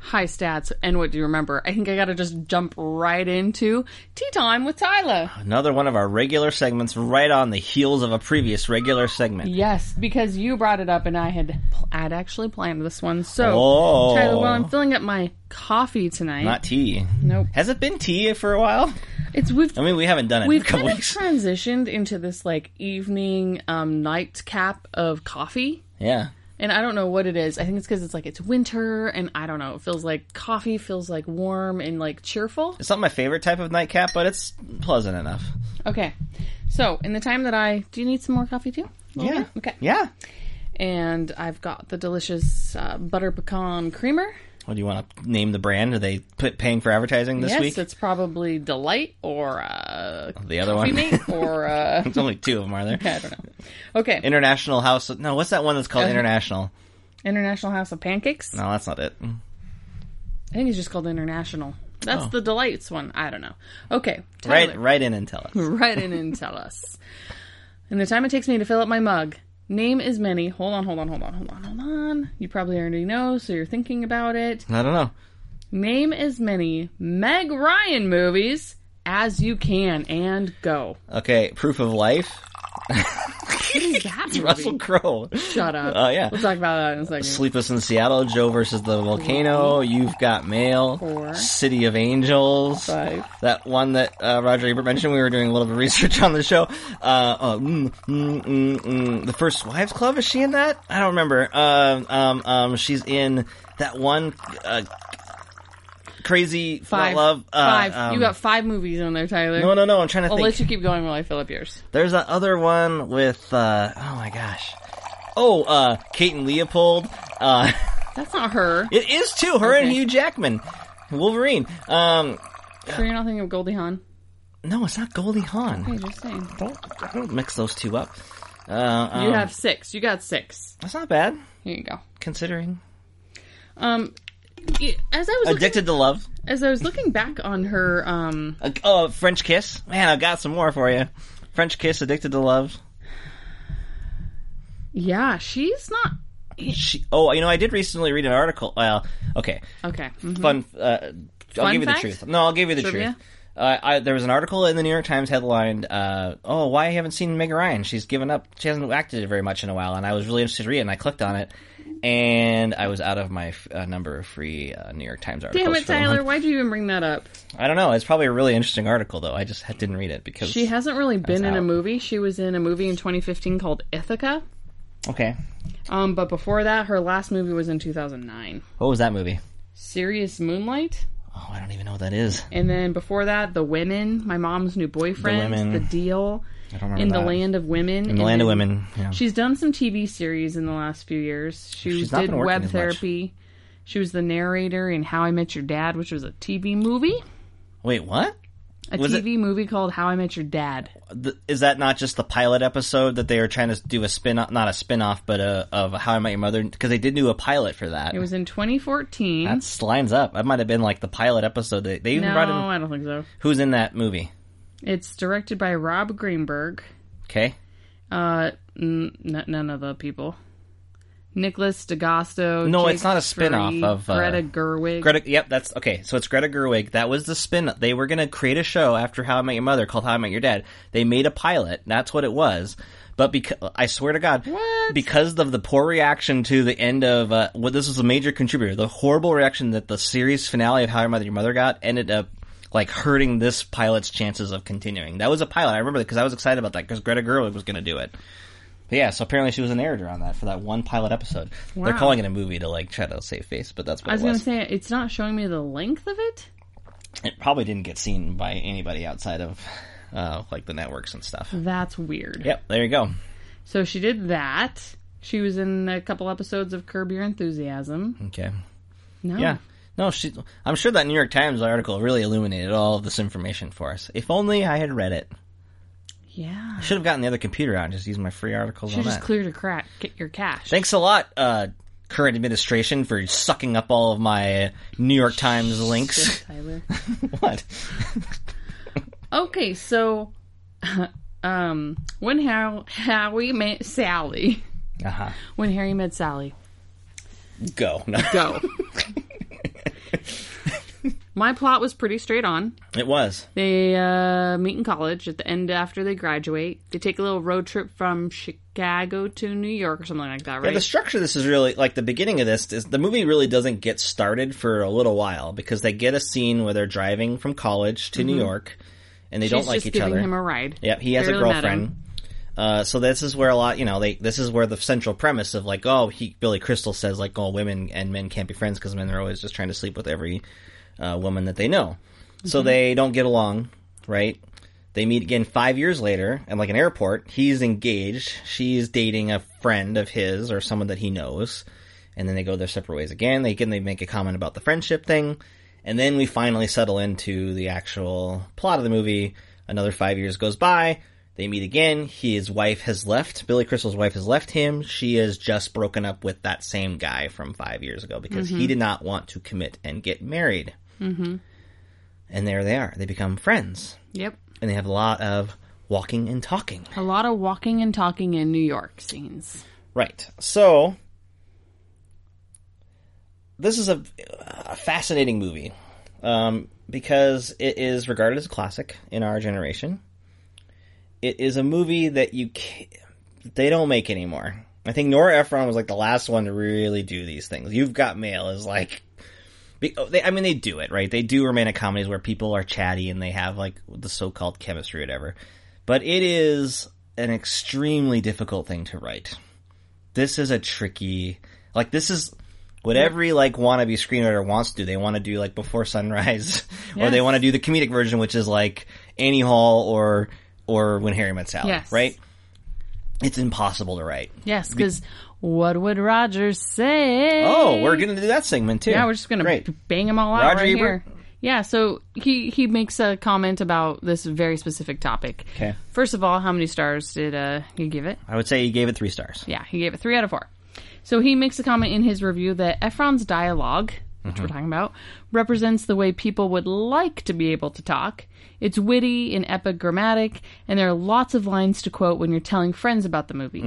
high stats and what do you remember? I think I got to just jump right into tea time with Tyler. Another one of our regular segments, right on the heels of a previous regular segment. Yes, because you brought it up, and I had pl- I'd actually planned this one. So, Oh. Tyler, while I'm filling up my coffee tonight, Not tea. nope, Has it been tea for a while? it's we've I mean, we haven't done it we've in a couple kind of weeks. transitioned into this like evening um, nightcap of coffee. yeah. And I don't know what it is. I think it's because it's like it's winter, and I don't know. It feels like coffee feels like warm and like cheerful. It's not my favorite type of nightcap, but it's pleasant enough. Okay, so in the time that I do, you need some more coffee too. A little Yeah. bit? Okay. Yeah. And I've got the delicious uh, butter pecan creamer. What do you want to name the brand? Are they put paying for advertising this yes, week? it's probably delight or uh, the other one. Mate or uh, There's only two of them, are there? I don't know. Okay, International House. No, Uh-huh. what's that one that's called International? International House of Pancakes. No, that's not it. I think it's just called International. That's the Delights one. I don't know. Okay. Oh. Right, Tyler, right in and tell us. Write in and tell us. In the time it takes me to fill up my mug, name is many. Hold on, hold on, hold on, hold on, hold on. You probably already know, so you're thinking about it. I don't know. Name as many Meg Ryan movies as you can and go. Okay, proof of life. What is that movie? Russell Crowe. Shut up. Oh, yeah. We'll talk about that in a second. Sleepless in Seattle, Joe versus the Volcano, You've Got Mail, Four. City of Angels, Five. that one that uh, Roger Ebert mentioned. We were doing a little bit of research on the show. Uh, oh, mm, mm, mm, mm. The First Wives Club, is she in that? I don't remember. Uh, um, um, she's in that one uh, crazy Five. love. Uh, five. you um, got Oh, five movies on there, Tyler. no, no, no. I'm trying to I'll think. let you keep going while I fill up yours. There's that other one with uh, oh my gosh, oh uh, Kate and Leopold. Uh, That's not her. It is too. Her and Okay. Hugh Jackman, Wolverine. Um, Sure, you're not thinking of Goldie Hawn. no, it's not Goldie Hawn. Hey, just saying. Don't, don't mix those two up. Uh, um, You have six. You got six. that's not bad Here you go. considering. Um, y- as I was looking, Addicted to Love, as I was looking back on her, um, uh, oh French Kiss. Man, I got some more for you. French Kiss, Addicted to Love. yeah, she's not She, oh, you know, I did recently read an article. Well, okay, okay. mhm. fun. Uh, I'll Fun give you the fact? truth. No, I'll give you the Trivia? truth. Uh, I, there was an article in the New York Times headlined, uh, "Oh, why I haven't seen Meg Ryan? She's given up. She hasn't acted very much in a while." And I was really interested to read, it, and I clicked on it, and I was out of my f- uh, number of free uh, New York Times articles. Damn it, for the month. Tyler! Why'd you even bring that up? I don't know. It's probably a really interesting article, though. I just ha- didn't read it because She hasn't really been in a out. movie. She was in a movie in 2015 called Ithaca. Okay, Um, but before that, her last movie was in 2009, what was that movie? Serious Moonlight. Oh, I don't even know what that is. And then before that, The Women, My Mom's New Boyfriend, The, Women. Deal, I don't remember In the that. Land of Women. In the Land of Women. Yeah. She's done some TV series in the last few years. She She's not did been working web as much. therapy. She was the narrator in How I Met Your Dad, which was a TV movie. Wait, what? A Was it- TV movie called How I Met Your Dad. Th- is that not just the pilot episode that they were trying to do a spin off not a spin off but a, of how i met your mother because they did do a pilot for that It was in 2014. that lines up that might have been like the pilot episode they, they even no, brought in I don't think so. who's in that movie It's directed by Rob Greenberg. okay Uh, n- n- none of the people. Nicholas DeGasto. No, Jake it's not a spin-off Fury, of, uh, Greta Gerwig. greta yep that's okay so it's greta gerwig that was the spin they were going to create a show after how i met your mother called how i met your dad they made a pilot that's what it was but because I swear to God, What? because of the poor reaction to the end of uh, what this was a major contributor, the horrible reaction that the series finale of How I Met Your Mother got ended up like hurting this pilot's chances of continuing. That was a pilot. I remember that because I was excited about that because Greta Gerwig was going to do it. But yeah, so apparently she was a narrator on that for that one pilot episode. They're Wow. calling it a movie to like try to save face, but that's what I was it was. gonna say it's not showing me the length of it. it probably didn't get seen by anybody outside of uh, like the networks and stuff. That's weird. Yep, there you go. So she did that. She was in a couple episodes of Curb Your Enthusiasm. Okay. No. Yeah. No, she. I'm sure that New York Times article really illuminated all of this information for us. If only I had read it. Yeah. I should have gotten the other computer out and just used my free articles She on just that. cleared her crack. Get your cash. Thanks a lot, uh, current administration, for sucking up all of my New York Times links. Shit, Tyler. what? Okay, so, um, when How Howie met Sally, Uh huh. when Harry met Sally, Go. No. go. My plot was pretty straight on. It was. They uh, meet in college at the end after they graduate. They take a little road trip from Chicago to New York or something like that, Yeah, right? the structure of this is really like the beginning of this is the movie really doesn't get started for a little while because they get a scene where they're driving from college to New York and they Mm-hmm. She's don't like just each giving other. him a ride. Yep, he has a Barely met girlfriend. him. Uh, so this is where a lot, you know, they this is where the central premise of like, oh, he Billy Crystal says like, oh, women and men can't be friends because men are always just trying to sleep with every uh, woman that they know. So they don't get along, right? They meet again five years later at like an airport. He's engaged. She's dating a friend of his or someone that he knows, and then they go their separate ways again. They again they make a comment about the friendship thing, and then we finally settle into the actual plot of the movie. Another five years goes by. They meet again. His wife has left. Billy Crystal's wife has left him. She has just broken up with that same guy from five years ago because he did not want to commit and get married. Mm-hmm. And there they are. They become friends. Yep. And they have a lot of walking and talking. A lot of walking and talking in New York scenes. Right. So this is a, a fascinating movie um, because it is regarded as a classic in our generation. It is a movie that you ca they don't make anymore. I think Nora Ephron was like the last one to really do these things. You've Got Mail is like be- oh, they, I mean, they do it, right? They do romantic comedies where people are chatty and they have like the so-called chemistry or whatever. But it is an extremely difficult thing to write. This is a tricky, like this is what every like wannabe screenwriter wants to do. They want to do like Before Sunrise, or they Yes. want to do the comedic version, which is like Annie Hall or or When Harry Met Sally, Yes. Oh, right? It's impossible to write. Yes, because what would Roger say? Oh, we're gonna do that segment too. Yeah, we're just gonna Great. b- bang them all out Roger right Ebert? here. Yeah, so he he makes a comment about this very specific topic. 'Kay. First of all, how many stars did uh, you give it? I would say you gave it three stars. Yeah, he gave it three out of four. So he makes a comment in his review that Efron's dialogue, which we're talking about, represents the way people would like to be able to talk. It's witty and epigrammatic, and there are lots of lines to quote when you're telling friends about the movie.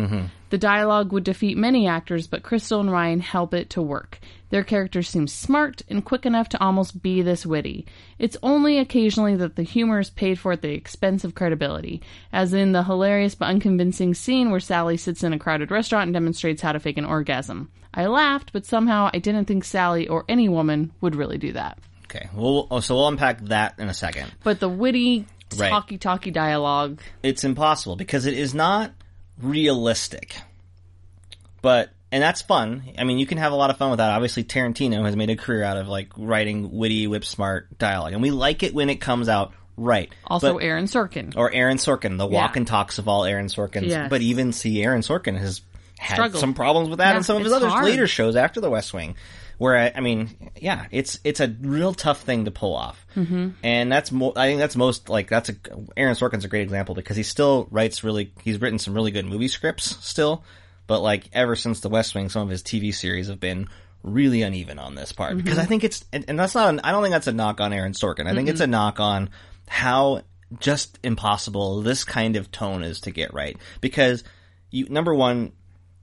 The dialogue would defeat many actors, but Crystal and Ryan help it to work. Their characters seem smart and quick enough to almost be this witty. It's only occasionally that the humor is paid for at the expense of credibility, as in the hilarious but unconvincing scene where Sally sits in a crowded restaurant and demonstrates how to fake an orgasm. I laughed, but somehow I didn't think Sally or any woman would really do that. Okay. Well, oh, so we'll unpack that in a second. But the witty, Right. talky talky dialogue. It's impossible because it is not realistic. But and that's fun. I mean, you can have a lot of fun with that. Obviously, Tarantino has made a career out of like writing witty, whip smart dialogue, and we like it when it comes out right. Also, But- Oh. Aaron Sorkin. or Aaron Sorkin, the walk and talks of all Aaron Sorkins. Yes. But even see, Aaron Sorkin has had Struggled. some problems with that Yeah, in some of his it's other hard. later shows after The West Wing. Where I, I mean, yeah, it's it's a real tough thing to pull off, mm-hmm. and that's mo- I think that's most like that's a Aaron Sorkin's a great example because he still writes really he's written some really good movie scripts still, but like ever since The West Wing, some of his TV series have been really uneven on this Mm-hmm. part because I think it's and, and that's not an, I don't think that's a knock on Aaron Sorkin. I Mm-hmm. think it's a knock on how just impossible this kind of tone is to get right because you number one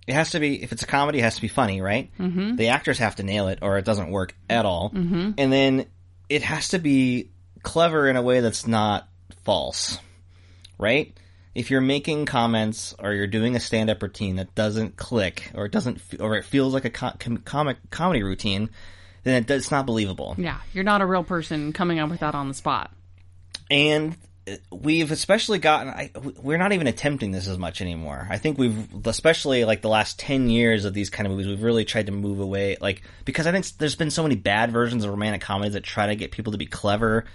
it has to be if it's a comedy it has to be funny right mm-hmm. the actors have to nail it or it doesn't work at all mm-hmm. and then it has to be clever in a way that's not false right if you're making comments or you're doing a stand-up routine that doesn't click or it doesn't f- or it feels like a co- com- comic comedy routine then it does, it's not believable Yeah, you're not a real person coming up with that on the spot. and uh, we've especially gotten I, we're not even attempting this as much anymore i think we've especially like the last 10 years of these kind of movies we've really tried to move away like because i think there's been so many bad versions of romantic comedies that try to get people to be clever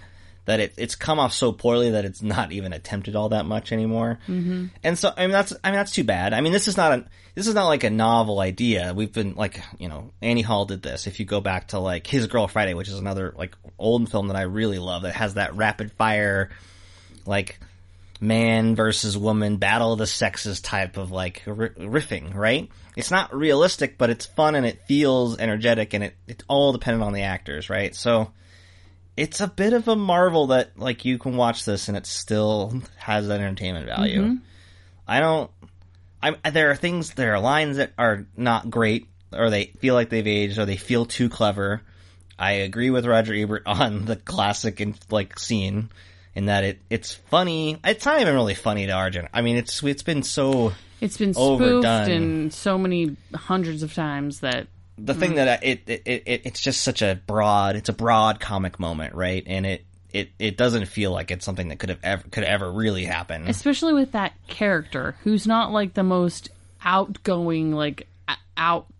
that it, it's come off so poorly that it's not even attempted all that much anymore mm-hmm. and so i mean that's i mean that's too bad i mean this is not a this is not like a novel idea we've been like you know annie hall did this if you go back to like his girl friday which is another like old film that i really love that has that rapid fire like man versus woman battle of the sexes type of like ri riffing right it's not realistic but it's fun and it feels energetic and it it's all dependent on the actors right so it's a bit of a marvel that like you can watch this and it still has that entertainment value i don't i there are things there are lines that are not great or they feel like they've aged or they feel too clever I agree with Roger Ebert on the classic and like scene in that it it's funny. It's not even really funny to our gen. I mean, it's it's been so It's been spoofed Overdone. in so many hundreds of times that the thing that I, it, it it it's just such a broad. It's a broad comic moment, right? And it it it doesn't feel like it's something that could have ever could ever really happen. especially with that character who's not like the most outgoing like a- outward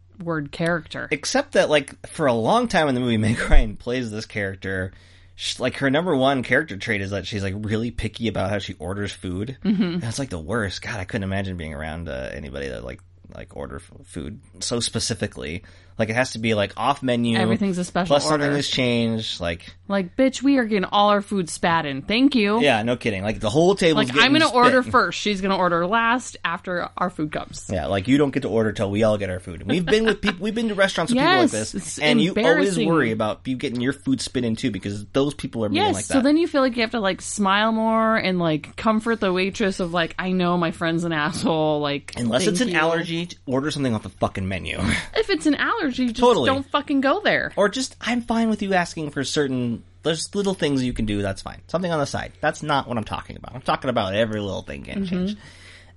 character except that like for a long time in the movie meg ryan plays this character she, like her number one character trait is that she's like really picky about how she orders food mm-hmm. that's like the worst god i couldn't imagine being around uh, anybody that like like order f- food so specifically Like it has to be like off menu. Everything's a special Plus something order. is changed. Like Like, bitch, we are getting all our food spat in. Thank you. yeah, no kidding. Like the whole table. Oh. Like, I'm gonna order first. She's gonna order last after our food comes. Yeah, like you don't get to order till we all get our food. And we've been with people. We've been to restaurants with Yes, people like this, it's and you always embarrassing. worry about you getting your food spit in too because those people are being Yes, like that. so then you feel like you have to like smile more and like comfort the waitress of like I know my friend's an asshole like Unless it's an thank you. allergy, order something off the fucking menu. If it's an allergy, just Totally. don't fucking go there. or just, I'm fine with you asking for certain. There's little things you can do. That's fine. Something on the side. That's not what I'm talking about. I'm talking about every little thing can Mm-hmm. change.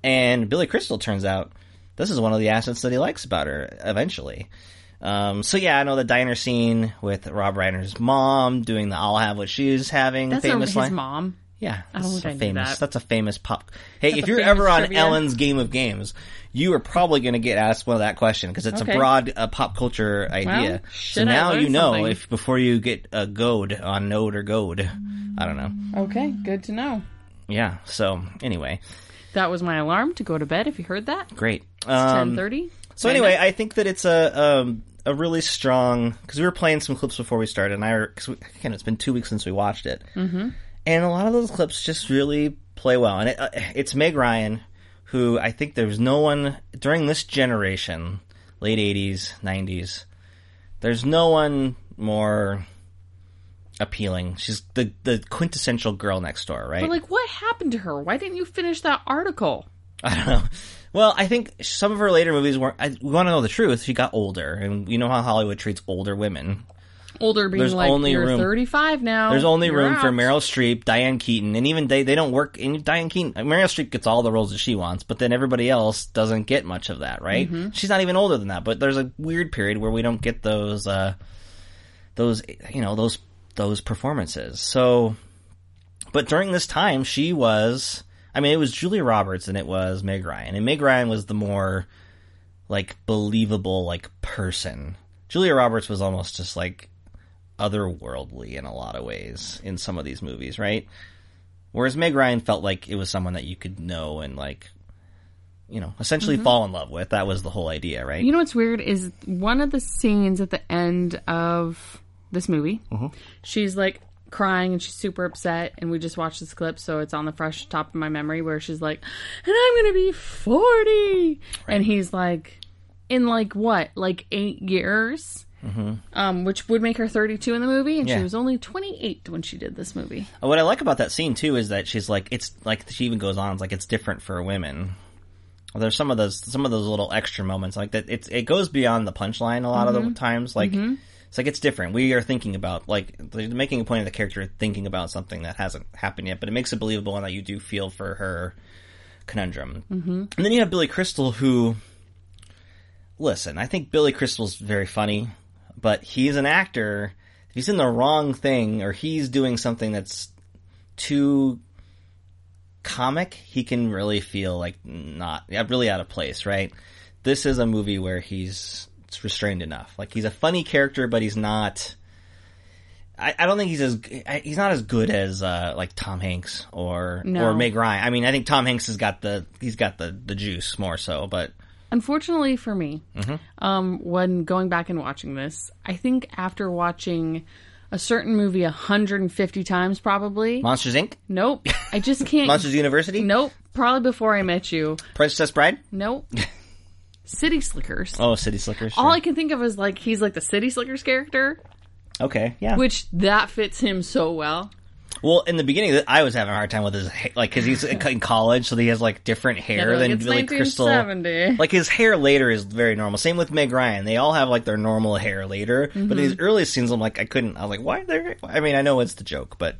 And Billy Crystal turns out this is one of the assets that he likes about her. Eventually. Um, so yeah, I know the diner scene with Rob Reiner's mom doing the "I'll have what she's having" That's not famous his line. mom. Yeah, I don't that's think I a knew famous. that. That's a famous pop. Hey, That's if a you're famous ever on trivia. Ellen's Game of Games, you are probably going to get asked one of that question because it's a Okay. broad uh, pop culture idea. so shit, I now learned you know something. if before you get a goad on node or goad. I don't know. Okay, good to know. Yeah. So anyway, That was my alarm to go to bed. If you heard that, great. ten Um, thirty. so anyway, I think that it's a um, a really strong because we were playing some clips before we started, and I because again it's been two weeks since we watched it, mm-hmm. and a lot of those clips just really play well, and it, uh, it's Meg Ryan who I think there's no one during this generation, late '80s, '90s, there's no one more appealing. She's the the quintessential girl next door, right? But like, what happened to her? Why didn't you finish that article? I don't know. Well, I think some of her later movies weren't. I, we want to know the truth. She got older, and you know how Hollywood treats older women. Older being There's like only you're room- thirty five now. There's only You're room for out. Meryl Streep, Diane Keaton, and even they they don't work. And Diane Keaton, uh, Meryl Streep gets all the roles that she wants, but then everybody else doesn't get much of that, right? She's not even older than that. But there's a weird period where we don't get those uh, those you know those those performances. So, but during this time, she was. I mean, it was Julia Roberts and it was Meg Ryan, and Meg Ryan was the more like believable like person. Julia Roberts was almost just like otherworldly in a lot of ways in some of these movies, right? Whereas Meg Ryan felt like it was someone that you could know and like, you know, essentially fall in love with. That was the whole idea, right? You know what's weird is one of the scenes at the end of this movie. Uh-huh. She's like crying and she's super upset, and we just watched this clip, so it's on the fresh top of my memory where she's like, "And I'm gonna be 40," and he's like, "In like what? Like eight years." Um, which would make her 32 in the movie, and Mm-hmm. Yeah. she was only 28 when she did this movie. Oh, what I like about that scene too is that she's like, it's like she even goes on, it's like it's different for women. Well, There's some of those some of those little extra moments like that. It's it goes beyond the punchline a lot of the times. Like it's like it's different. We are thinking about like they're making a point of the character thinking about something that hasn't happened yet, but it makes it believable and that you do feel for her conundrum. Mm-hmm. And then you have Billy Crystal, who listen. I think Billy Crystal's very funny, but he's an actor. If he's in the wrong thing or he's doing something that's too comic, he can really feel like not yeah, really out of place, right? This is a movie where he's restrained enough. Like he's a funny character, but he's not. I, I don't think he's as g- I- he's not as good as uh, like Tom Hanks or No. or Meg Ryan. I mean, I think Tom Hanks has got the he's got the the juice more so, but Unfortunately for me, Mm-hmm. um, when going back and watching this, I think after watching a certain movie 150 times, probably. Monsters Inc. nope. I just can't. Monsters University? Nope. Probably before I met you. Princess Bride? Nope. City Slickers. Oh, City Slickers. All sure. I can think of is like he's like the City Slickers character, okay, yeah. which that fits him so well. well, in the beginning, I was having a hard time with his hair, like, because he's in college, so he has like different hair they're like, than "It's Billy Crystal. 1970. Like his hair later is very normal. Same with Meg Ryan; they all have like their normal hair later. Mm-hmm. But in these early scenes, I'm like, I couldn't. I was like, why? They're. I mean, I know it's the joke, but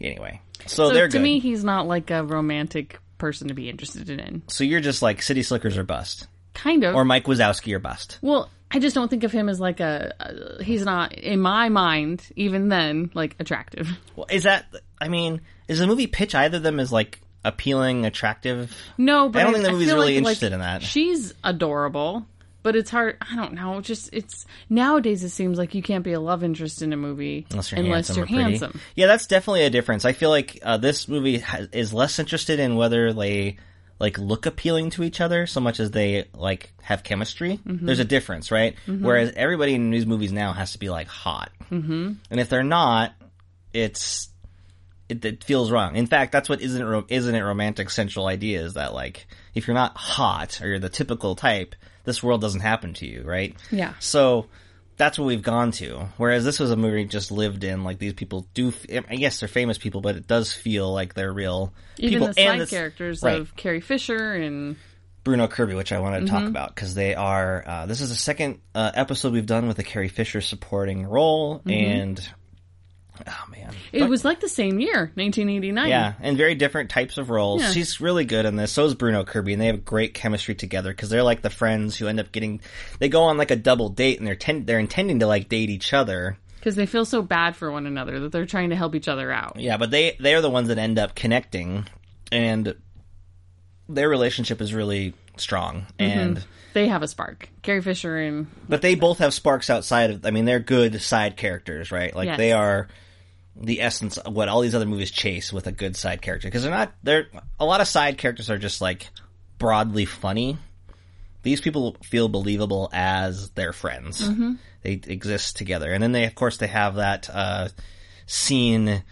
anyway. So, So Oh, they're to good. me, he's not like a romantic person to be interested in. so you're just like City Slickers or bust, Kind of. or Mike Wazowski or bust. Well, I just don't think of him as like a. a he's not in my mind even then like attractive. Well, is that? I mean, is the movie pitch either of them as like appealing, attractive? No, but I don't think the movie's feel really like- like, interested in that. She's adorable, but it's hard. I don't know. Just it's nowadays it seems like you can't be a love interest in a movie unless you're handsome you're or pretty. handsome. Yeah, that's definitely a difference. I feel like uh, this movie ha- is less interested in whether they like look appealing to each other so much as they like have chemistry. There's a difference, right? Whereas everybody in these movies now has to be like hot, mm-hmm. and if they're not, it's it, it feels wrong. In fact, that's what isn't ro- isn't it romantic central idea is that like if you're not hot or you're the typical type, this world doesn't happen to you, right? Yeah. So that's what we've gone to. Whereas this was a movie just lived in. Like these people do. f- I guess they're famous people, but it does feel like they're real Even people. the side this- characters right. of Carrie Fisher and Bruno Kirby, which I want to Mm-hmm. talk about because they are. Uh, this is the second uh, episode we've done with a Carrie Fisher supporting role, Mm-hmm. and oh man, it was like the same year, 1989. yeah, and very different types of roles. Yeah. She's really good in this. So is Bruno Kirby, and they have great chemistry together because they're like the friends who end up getting. They go on like a double date, and they're ten- they're intending to like date each other. because they feel so bad for one another that they're trying to help each other out. Yeah, but they they are the ones that end up connecting, and their relationship is really strong and. They have a spark. Carrie Fisher and But they both have sparks outside of. I mean, they're good side characters, right? Like Yes. they are the essence of what all these other movies chase with a good side character because they're not. They're a lot of side characters are just like broadly funny. These people feel believable as their friends. They exist together, and then they, of course, they have that uh, scene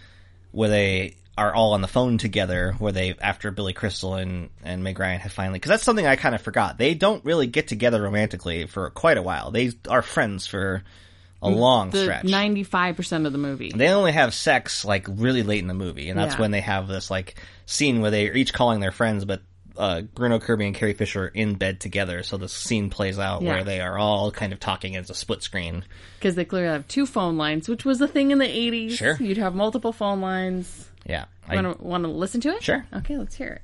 where they are all on the phone together where they after Billy Crystal and and Meg Ryan have finally because that's something I kind of forgot they don't really get together romantically for quite a while they are friends for a long Mm, the stretch 95 percent of the movie. they only have sex like really late in the movie and that's Yeah. when they have this like scene where they are each calling their friends but uh, Bruno Kirby and Carrie Fisher are in bed together so the scene plays out Yeah. where they are all kind of talking as a split screen because they clearly have two phone lines, which was a thing in the 80s. Sure. You'd have multiple phone lines. yeah I- Want to want to listen to it? Sure. Okay, let's hear it.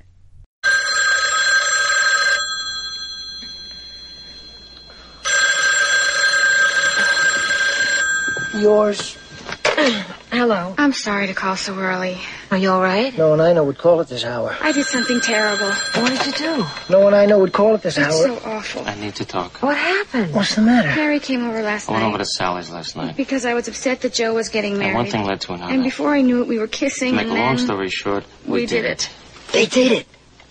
Yours? Hello. I'm sorry to call so early. Are you all right? No one I know would call at this hour. I did something terrible. What did you do? No one I know would call at this It's hour. so awful. I need to talk. What happened? What's the matter? Mary came over last I went over night to Sally's last night. because I was upset that Joe was getting married. Oh, And one thing led to another. And before I knew it, we were to kissing. make a and then long story short, we did it. They did it.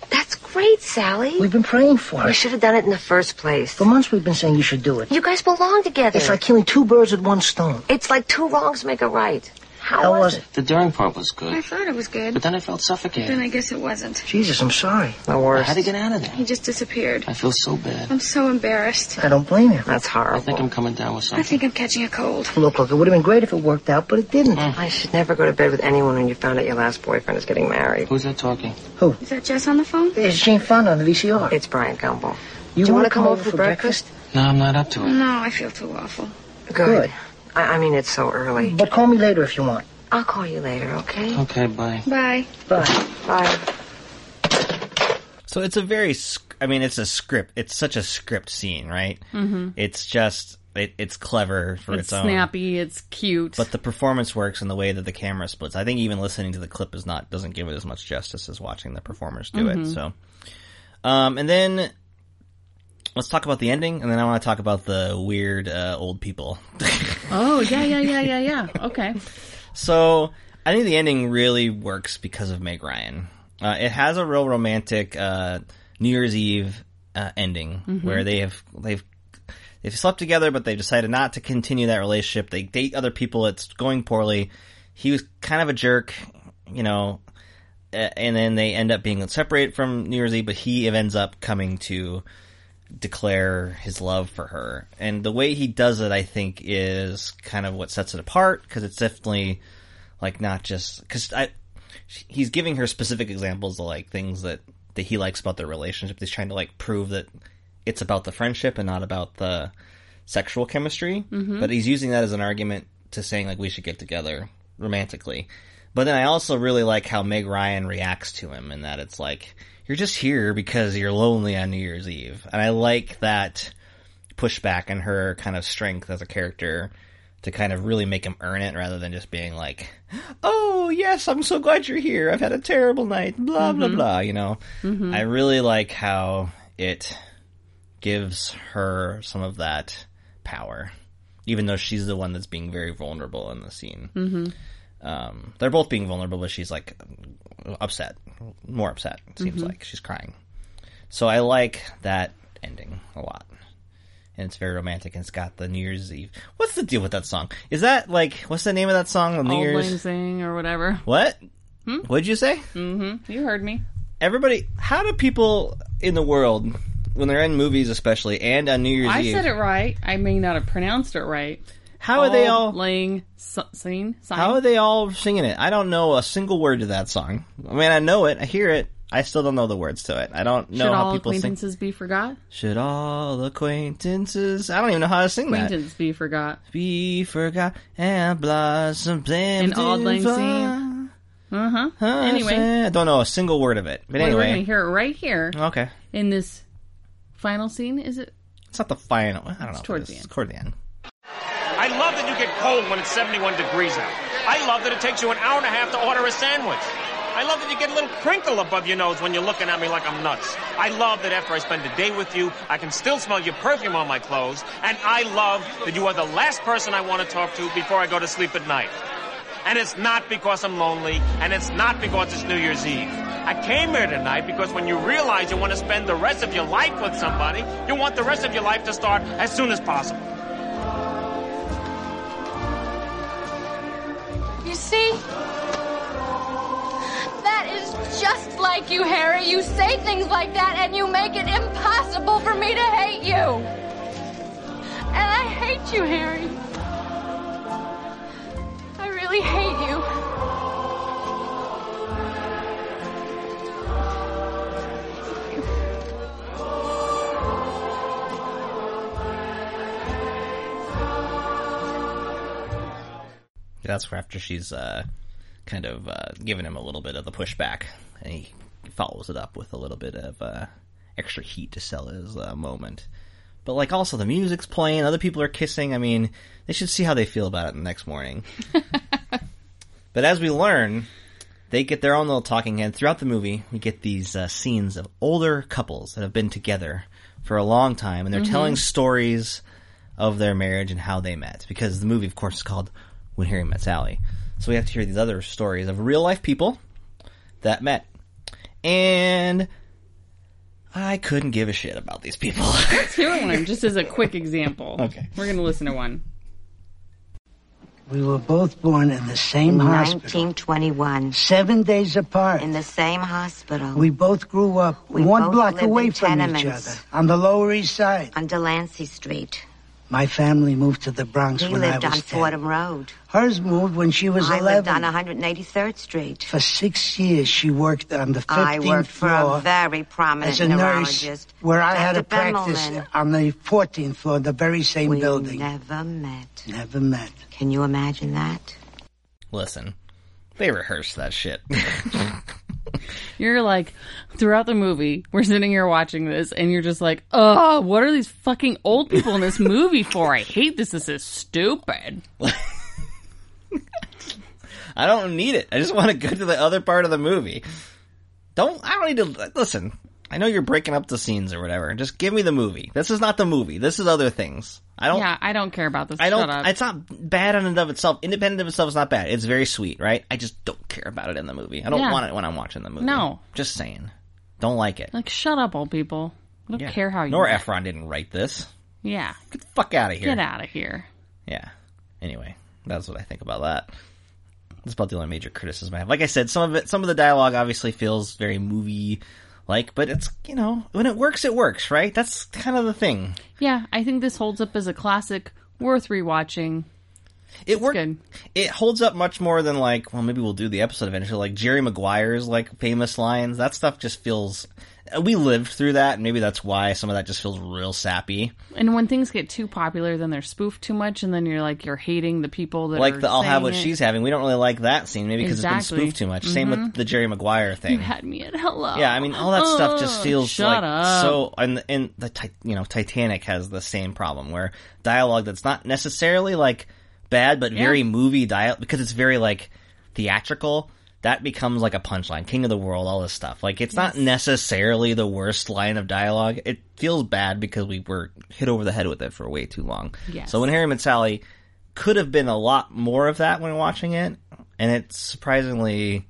That's great, Sally. We've been praying for You it. should have done it in the first place. For months we've been saying you should do it. You guys belong together. It's like killing two birds with one stone. It's like two wrongs make a right. How, How was it? The during part was I good, thought it was but good. then I felt suffocated. Then I guess it wasn't. Jesus, I'm sorry. The I worst. had to get out of there. He just disappeared. I feel so bad. I'm so embarrassed. I don't blame you. That's I horrible. think I'm coming down with I something. think I'm catching a cold. Look, look, it would have been great if it worked out, but it didn't. I should never go to bed with anyone when you found out your last boyfriend is getting married. Who's that talking? Is that Jess on the phone? It's Jane Fonda on the VCR. It's Brian Gumbel. you Do you wanna want to come over for breakfast? No, I'm not up to it. No, I feel too awful. Good. Good. I, I mean, it's so early. But call me later if you want. I'll call you later, okay? Okay, bye. Bye. Bye. Bye. So it's a very, sc- I mean, it's a script. It's such a script scene, right? Mm-hmm. It's just, it, it's clever for It's its, own. snappy. It's cute. But the performance works in the way that the camera splits. I think even listening to the clip is not doesn't give it as much justice as watching the performers do it. So, um, and then let's talk about the ending, and then I want to talk about the weird uh, old people. oh yeah yeah yeah yeah yeah. Okay. So I think the ending really works because of Meg Ryan. Uh, it has a real romantic uh, New Year's Eve uh, ending where they have they've they've slept together, but they've decided not to continue that relationship. They date other people. It's going poorly. He was kind of a jerk, you know. uh, And then they end up being separated from New Year's Eve, but he ends up coming to declare his love for her. And the way he does it, I think, is kind of what sets it apart because it's definitely like not just because I he's giving her specific examples of like things that that he likes about their relationship. He's trying to like prove that it's about the friendship and not about the sexual chemistry. But he's using that as an argument to saying like we should get together romantically. But then I also really like how Meg Ryan reacts to him and that it's like you're just here because you're lonely on New Year's Eve. And I like that pushback and her kind of strength as a character to kind of really make him earn it rather than just being like, "Oh, yes, I'm so glad you're here. I've had a terrible night, blah blah blah," you know. I really like how it gives her some of that power, even though she's the one that's being very vulnerable in the scene. Mm-hmm. Um, they're both being vulnerable, but she's like upset, more upset. It seems like she's crying. So I like that ending a lot. And it's very romantic and it's got the New Year's Eve. What's the deal with that song? Is that like what's the name of that song? The New Old Year's Lang Syne or whatever. What? Hmm? What'd you say? You heard me. Everybody, how do people in the world, when they're in movies especially, and on New Year's I Eve, said it right. I may not have pronounced it right. how are they all? Lang Sy- Syne? Syne? how are they all singing it? I don't know a single word to that song. I mean, I know it, I hear it. I still don't know the words to it. I don't know Should how all people sing. acquaintances be forgot? Should all acquaintances? I don't even know how to sing that. Acquaintance be forgot. Be forgot and blossom And Auld Lang Syne. Uh huh. Anyway, I don't know a single word of it. But we're gonna anyway, Uh-huh. hear it right here okay. in this final scene. Is it? It's not the final. I don't know. if it toward is. the end. It's toward the end. I love that you get cold when it's 71 degrees out. I love that it takes you an hour and a half to order a sandwich. I love that you get a little crinkle above your nose when you're looking at me like I'm nuts. I love that after I spend a day with you, I can still smell your perfume on my clothes. And I love that you are the last person I want to talk to before I go to sleep at night. And it's not because I'm lonely, and it's not because it's New Year's Eve. I came here tonight because when you realize you want to spend the rest of your life with somebody, you want the rest of your life to start as soon as possible. You see? That is just like you, Harry. You say things like that and you make it impossible for me to hate you. And I hate you, Harry. I really hate you. That's where after she's uh, kind of uh, giving him a little bit of the pushback, and he follows it up with a little bit of uh, extra heat to sell his uh, moment. But like, also the music's playing, other people are kissing. I mean, they should see how they feel about it the next morning. but as we learn, they get their own little talking head throughout the movie. We get these uh, scenes of older couples that have been together for a long time, and they're telling stories of their marriage and how they met. Because the movie, of course, is called When Harry Met Sally. So we have to hear these other stories of real life people that met. And I couldn't give a shit about these people. Let's hear one just as a quick example. Okay. We're gonna listen to one. We were both born in the same hospital, 1921, seven days apart. in the same hospital, We both grew up We one both block lived in away from each tenements. other on the Lower East Side. on Delancey Street. My family moved to the Bronx He when I lived on was 10. Fordham Road. Hers moved when she was I 11. lived on 183rd Street. For six years, she worked on the 15th I worked for floor a very prominent as a nurse, neurologist, where I Dr. had a practice Benmelman. on the 14th floor, the very same We building. never met. Never met. Can you imagine that? Listen, they rehearsed that shit. You're like, throughout the movie, we're sitting here watching this, and you're just like, oh, what are these fucking old people in this movie for? I hate this. This is stupid. I don't need it. I just want to go to the other part of the movie. Don't I don't need to listen. I know you're breaking up the scenes or whatever. Just give me the movie. This is not the movie. This is other things. I don't. Yeah, I don't care about this. Oh. I don't. Shut up. It's not bad in and of itself. Independent of itself is not bad. It's very sweet, right? I just don't care about it in the movie. I don't Yeah. want it when I'm watching the movie. No. just saying. Don't like it. like, shut up, old people. I don't Yeah. care how you. Nor Efron didn't write this. Yeah, Get the fuck out of here. get out of here. Yeah. Anyway, that's what I think about that. That's about the only major criticism I have. Like I said, some of it, some of the dialogue obviously feels very movie like, but it's you know when it works, it works, right? That's kind of the thing. Yeah, I think this holds up as a classic, worth rewatching. It works. good. It holds up much more than like, well, maybe we'll do the episode eventually. Like Jerry Maguire's like famous lines. That stuff just feels. uh, We lived through that, and maybe that's why some of that just feels real sappy. And when things get too popular, then they're spoofed too much, and then you're like, you're hating the people that are Like the "I'll have saying what it. she's having." We don't really like that scene, maybe because it's Exactly. Mm-hmm. been spoofed too much. Same with the Jerry Maguire thing. had me at hello. Yeah, I mean, all that stuff just Ugh, feels shut like up. so. And and the Ti- you know Titanic has the same problem where dialogue that's not necessarily like bad, but very movie dialogue because it's very like theatrical. That becomes like a punchline. King of the world, all this stuff. Like it's not necessarily the worst line of dialogue. It feels bad because we were hit over the head with it for way too long. Yes. So when Harry Met Sally could have been a lot more of that when watching it, and it's surprisingly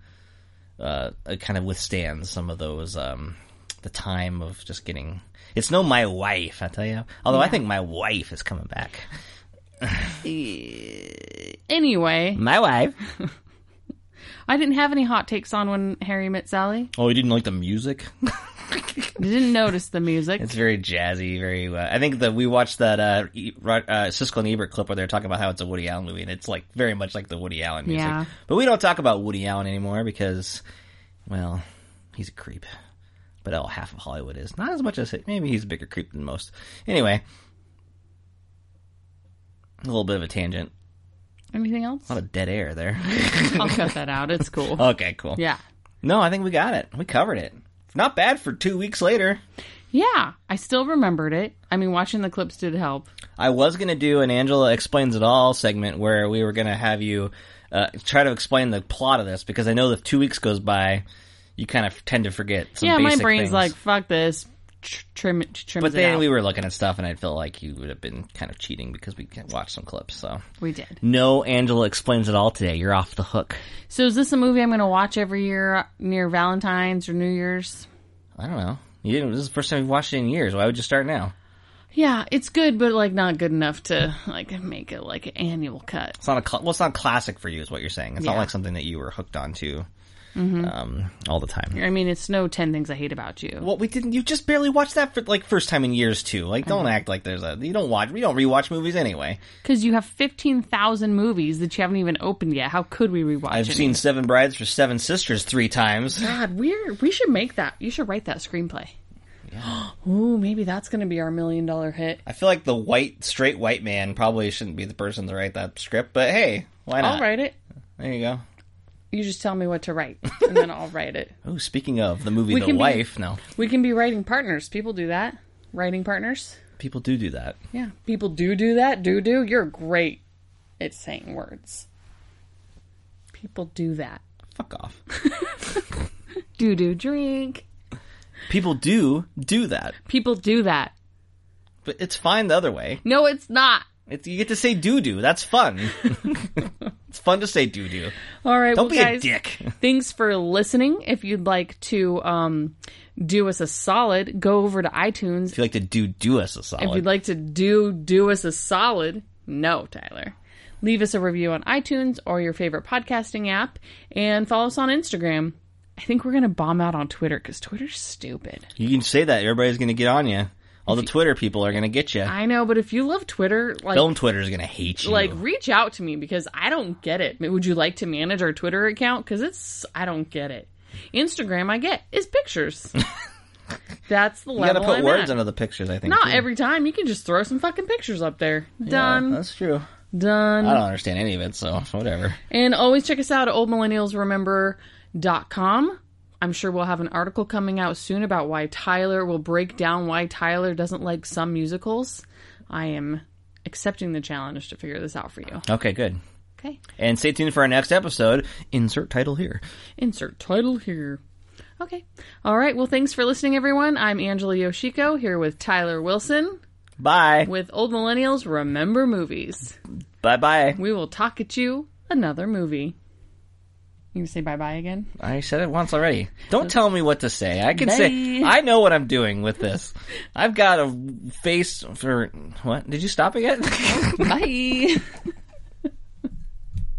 uh, it kind of withstands some of those um, the time of just getting. It's no my wife, I tell you. Although I think my wife is coming back. Anyway, My wife. I didn't have any hot takes on when Harry met Sally. Oh, you didn't like the music? I didn't notice the music. It's very jazzy, very. Uh, I think that we watched that uh, E- Ro- uh, Siskel and Ebert clip where they're talking about how it's a Woody Allen movie, and it's like very much like the Woody Allen music. Yeah. But we don't talk about Woody Allen anymore because, well, he's a creep. But oh, half of Hollywood is not as much as maybe he's a bigger creep than most. Anyway, a little bit of a tangent, Anything else? a lot of dead air there. I'll cut that out. It's cool. okay, cool. Yeah. No, I think we got it. We covered it. Not bad for two weeks later. Yeah. I still remembered it. I mean, watching the clips did help. I was going to do an Angela Explains It All segment where we were going to have you uh, try to explain the plot of this because I know that if two weeks goes by, you kind of tend to forget. Some yeah, my basic brain's things. like, fuck this. Tr- trim it, trims But it then out. we were looking at stuff, and I felt like you would have been kind of cheating because we can watch some clips. So We did. no, Angela explains it all today. You're off the hook. So is this a movie I'm going to watch every year near Valentine's or New Year's? I don't know. You didn't. This is the first time you've watched it in years. Why would you start now? Yeah, it's good, but like not good enough to like make it like an annual cut. It's not a cl- well. It's not classic for you, is what you're saying. It's not Yeah. Mm-hmm. like something that you were hooked onto um, all the time. I mean, it's no ten things I hate about you. Well, we didn't. You just barely watched that for like first time in years too. Like, Mm-hmm. don't act like there's a. You don't watch. We don't rewatch movies anyway. Because you have fifteen thousand movies that you haven't even opened yet. How could we rewatch? I've any? seen Seven Brides for Seven Sisters three times. God, we're we should make that. You should write that screenplay. Ooh, maybe that's going to be our million dollar hit. I feel like the white straight white man probably shouldn't be the person to write that script, but hey, why not? I'll write it. There you go. You just tell me what to write, and then I'll write it. Oh, speaking of the movie We The can be- Wife, no, We can be writing partners. People do that. Writing partners. people do do that. Yeah, people do do that. Do do. You're great at saying words. People do that. Fuck off. Do do drink. people do do that, People do that. but it's fine the other way. No, it's not. It's, you get to say doo doo. That's fun. it's fun to say doo doo. All right, Don't well, be guys, a dick. Thanks for listening. If you'd like to um, do us a solid, go over to iTunes. If you like to do do us a solid. If you'd like to do do us a solid, no, Tyler. Leave us a review on iTunes or your favorite podcasting app, and follow us on Instagram. I think we're gonna bomb out on Twitter because Twitter's stupid. You can say that. Everybody's going to get on you. All the Twitter people are going to get you. I know, but if you love Twitter, like Film Twitter's going to hate you. like reach out to me because I don't get it. Would you like to manage our Twitter account? Because it's I don't get it. Instagram I get is pictures. That's the you got level. to put I'm words at. under the pictures. I think. Not too. every time. You can just throw some fucking pictures up there. Yeah, Done. that's true. Done. I don't understand any of it, so whatever. And always check us out at oldmillennialsremember.com. I'm sure we'll have an article coming out soon about why Tyler will break down why Tyler doesn't like some musicals. I am accepting the challenge to figure this out for you. Okay, good. Okay. And stay tuned for our next episode. Insert title here. Insert title here. Okay. All right. Well, thanks for listening, everyone. I'm Angela Yoshiko here with Tyler Wilson Bye. with Old Millennials Remember Movies. Bye bye. We will talk at you another movie. You say bye bye again? I said it once already. Don't tell me what to say. I can say. Bye. I know what I'm doing with this. I've got a face for what? Did you stop it yet? Bye.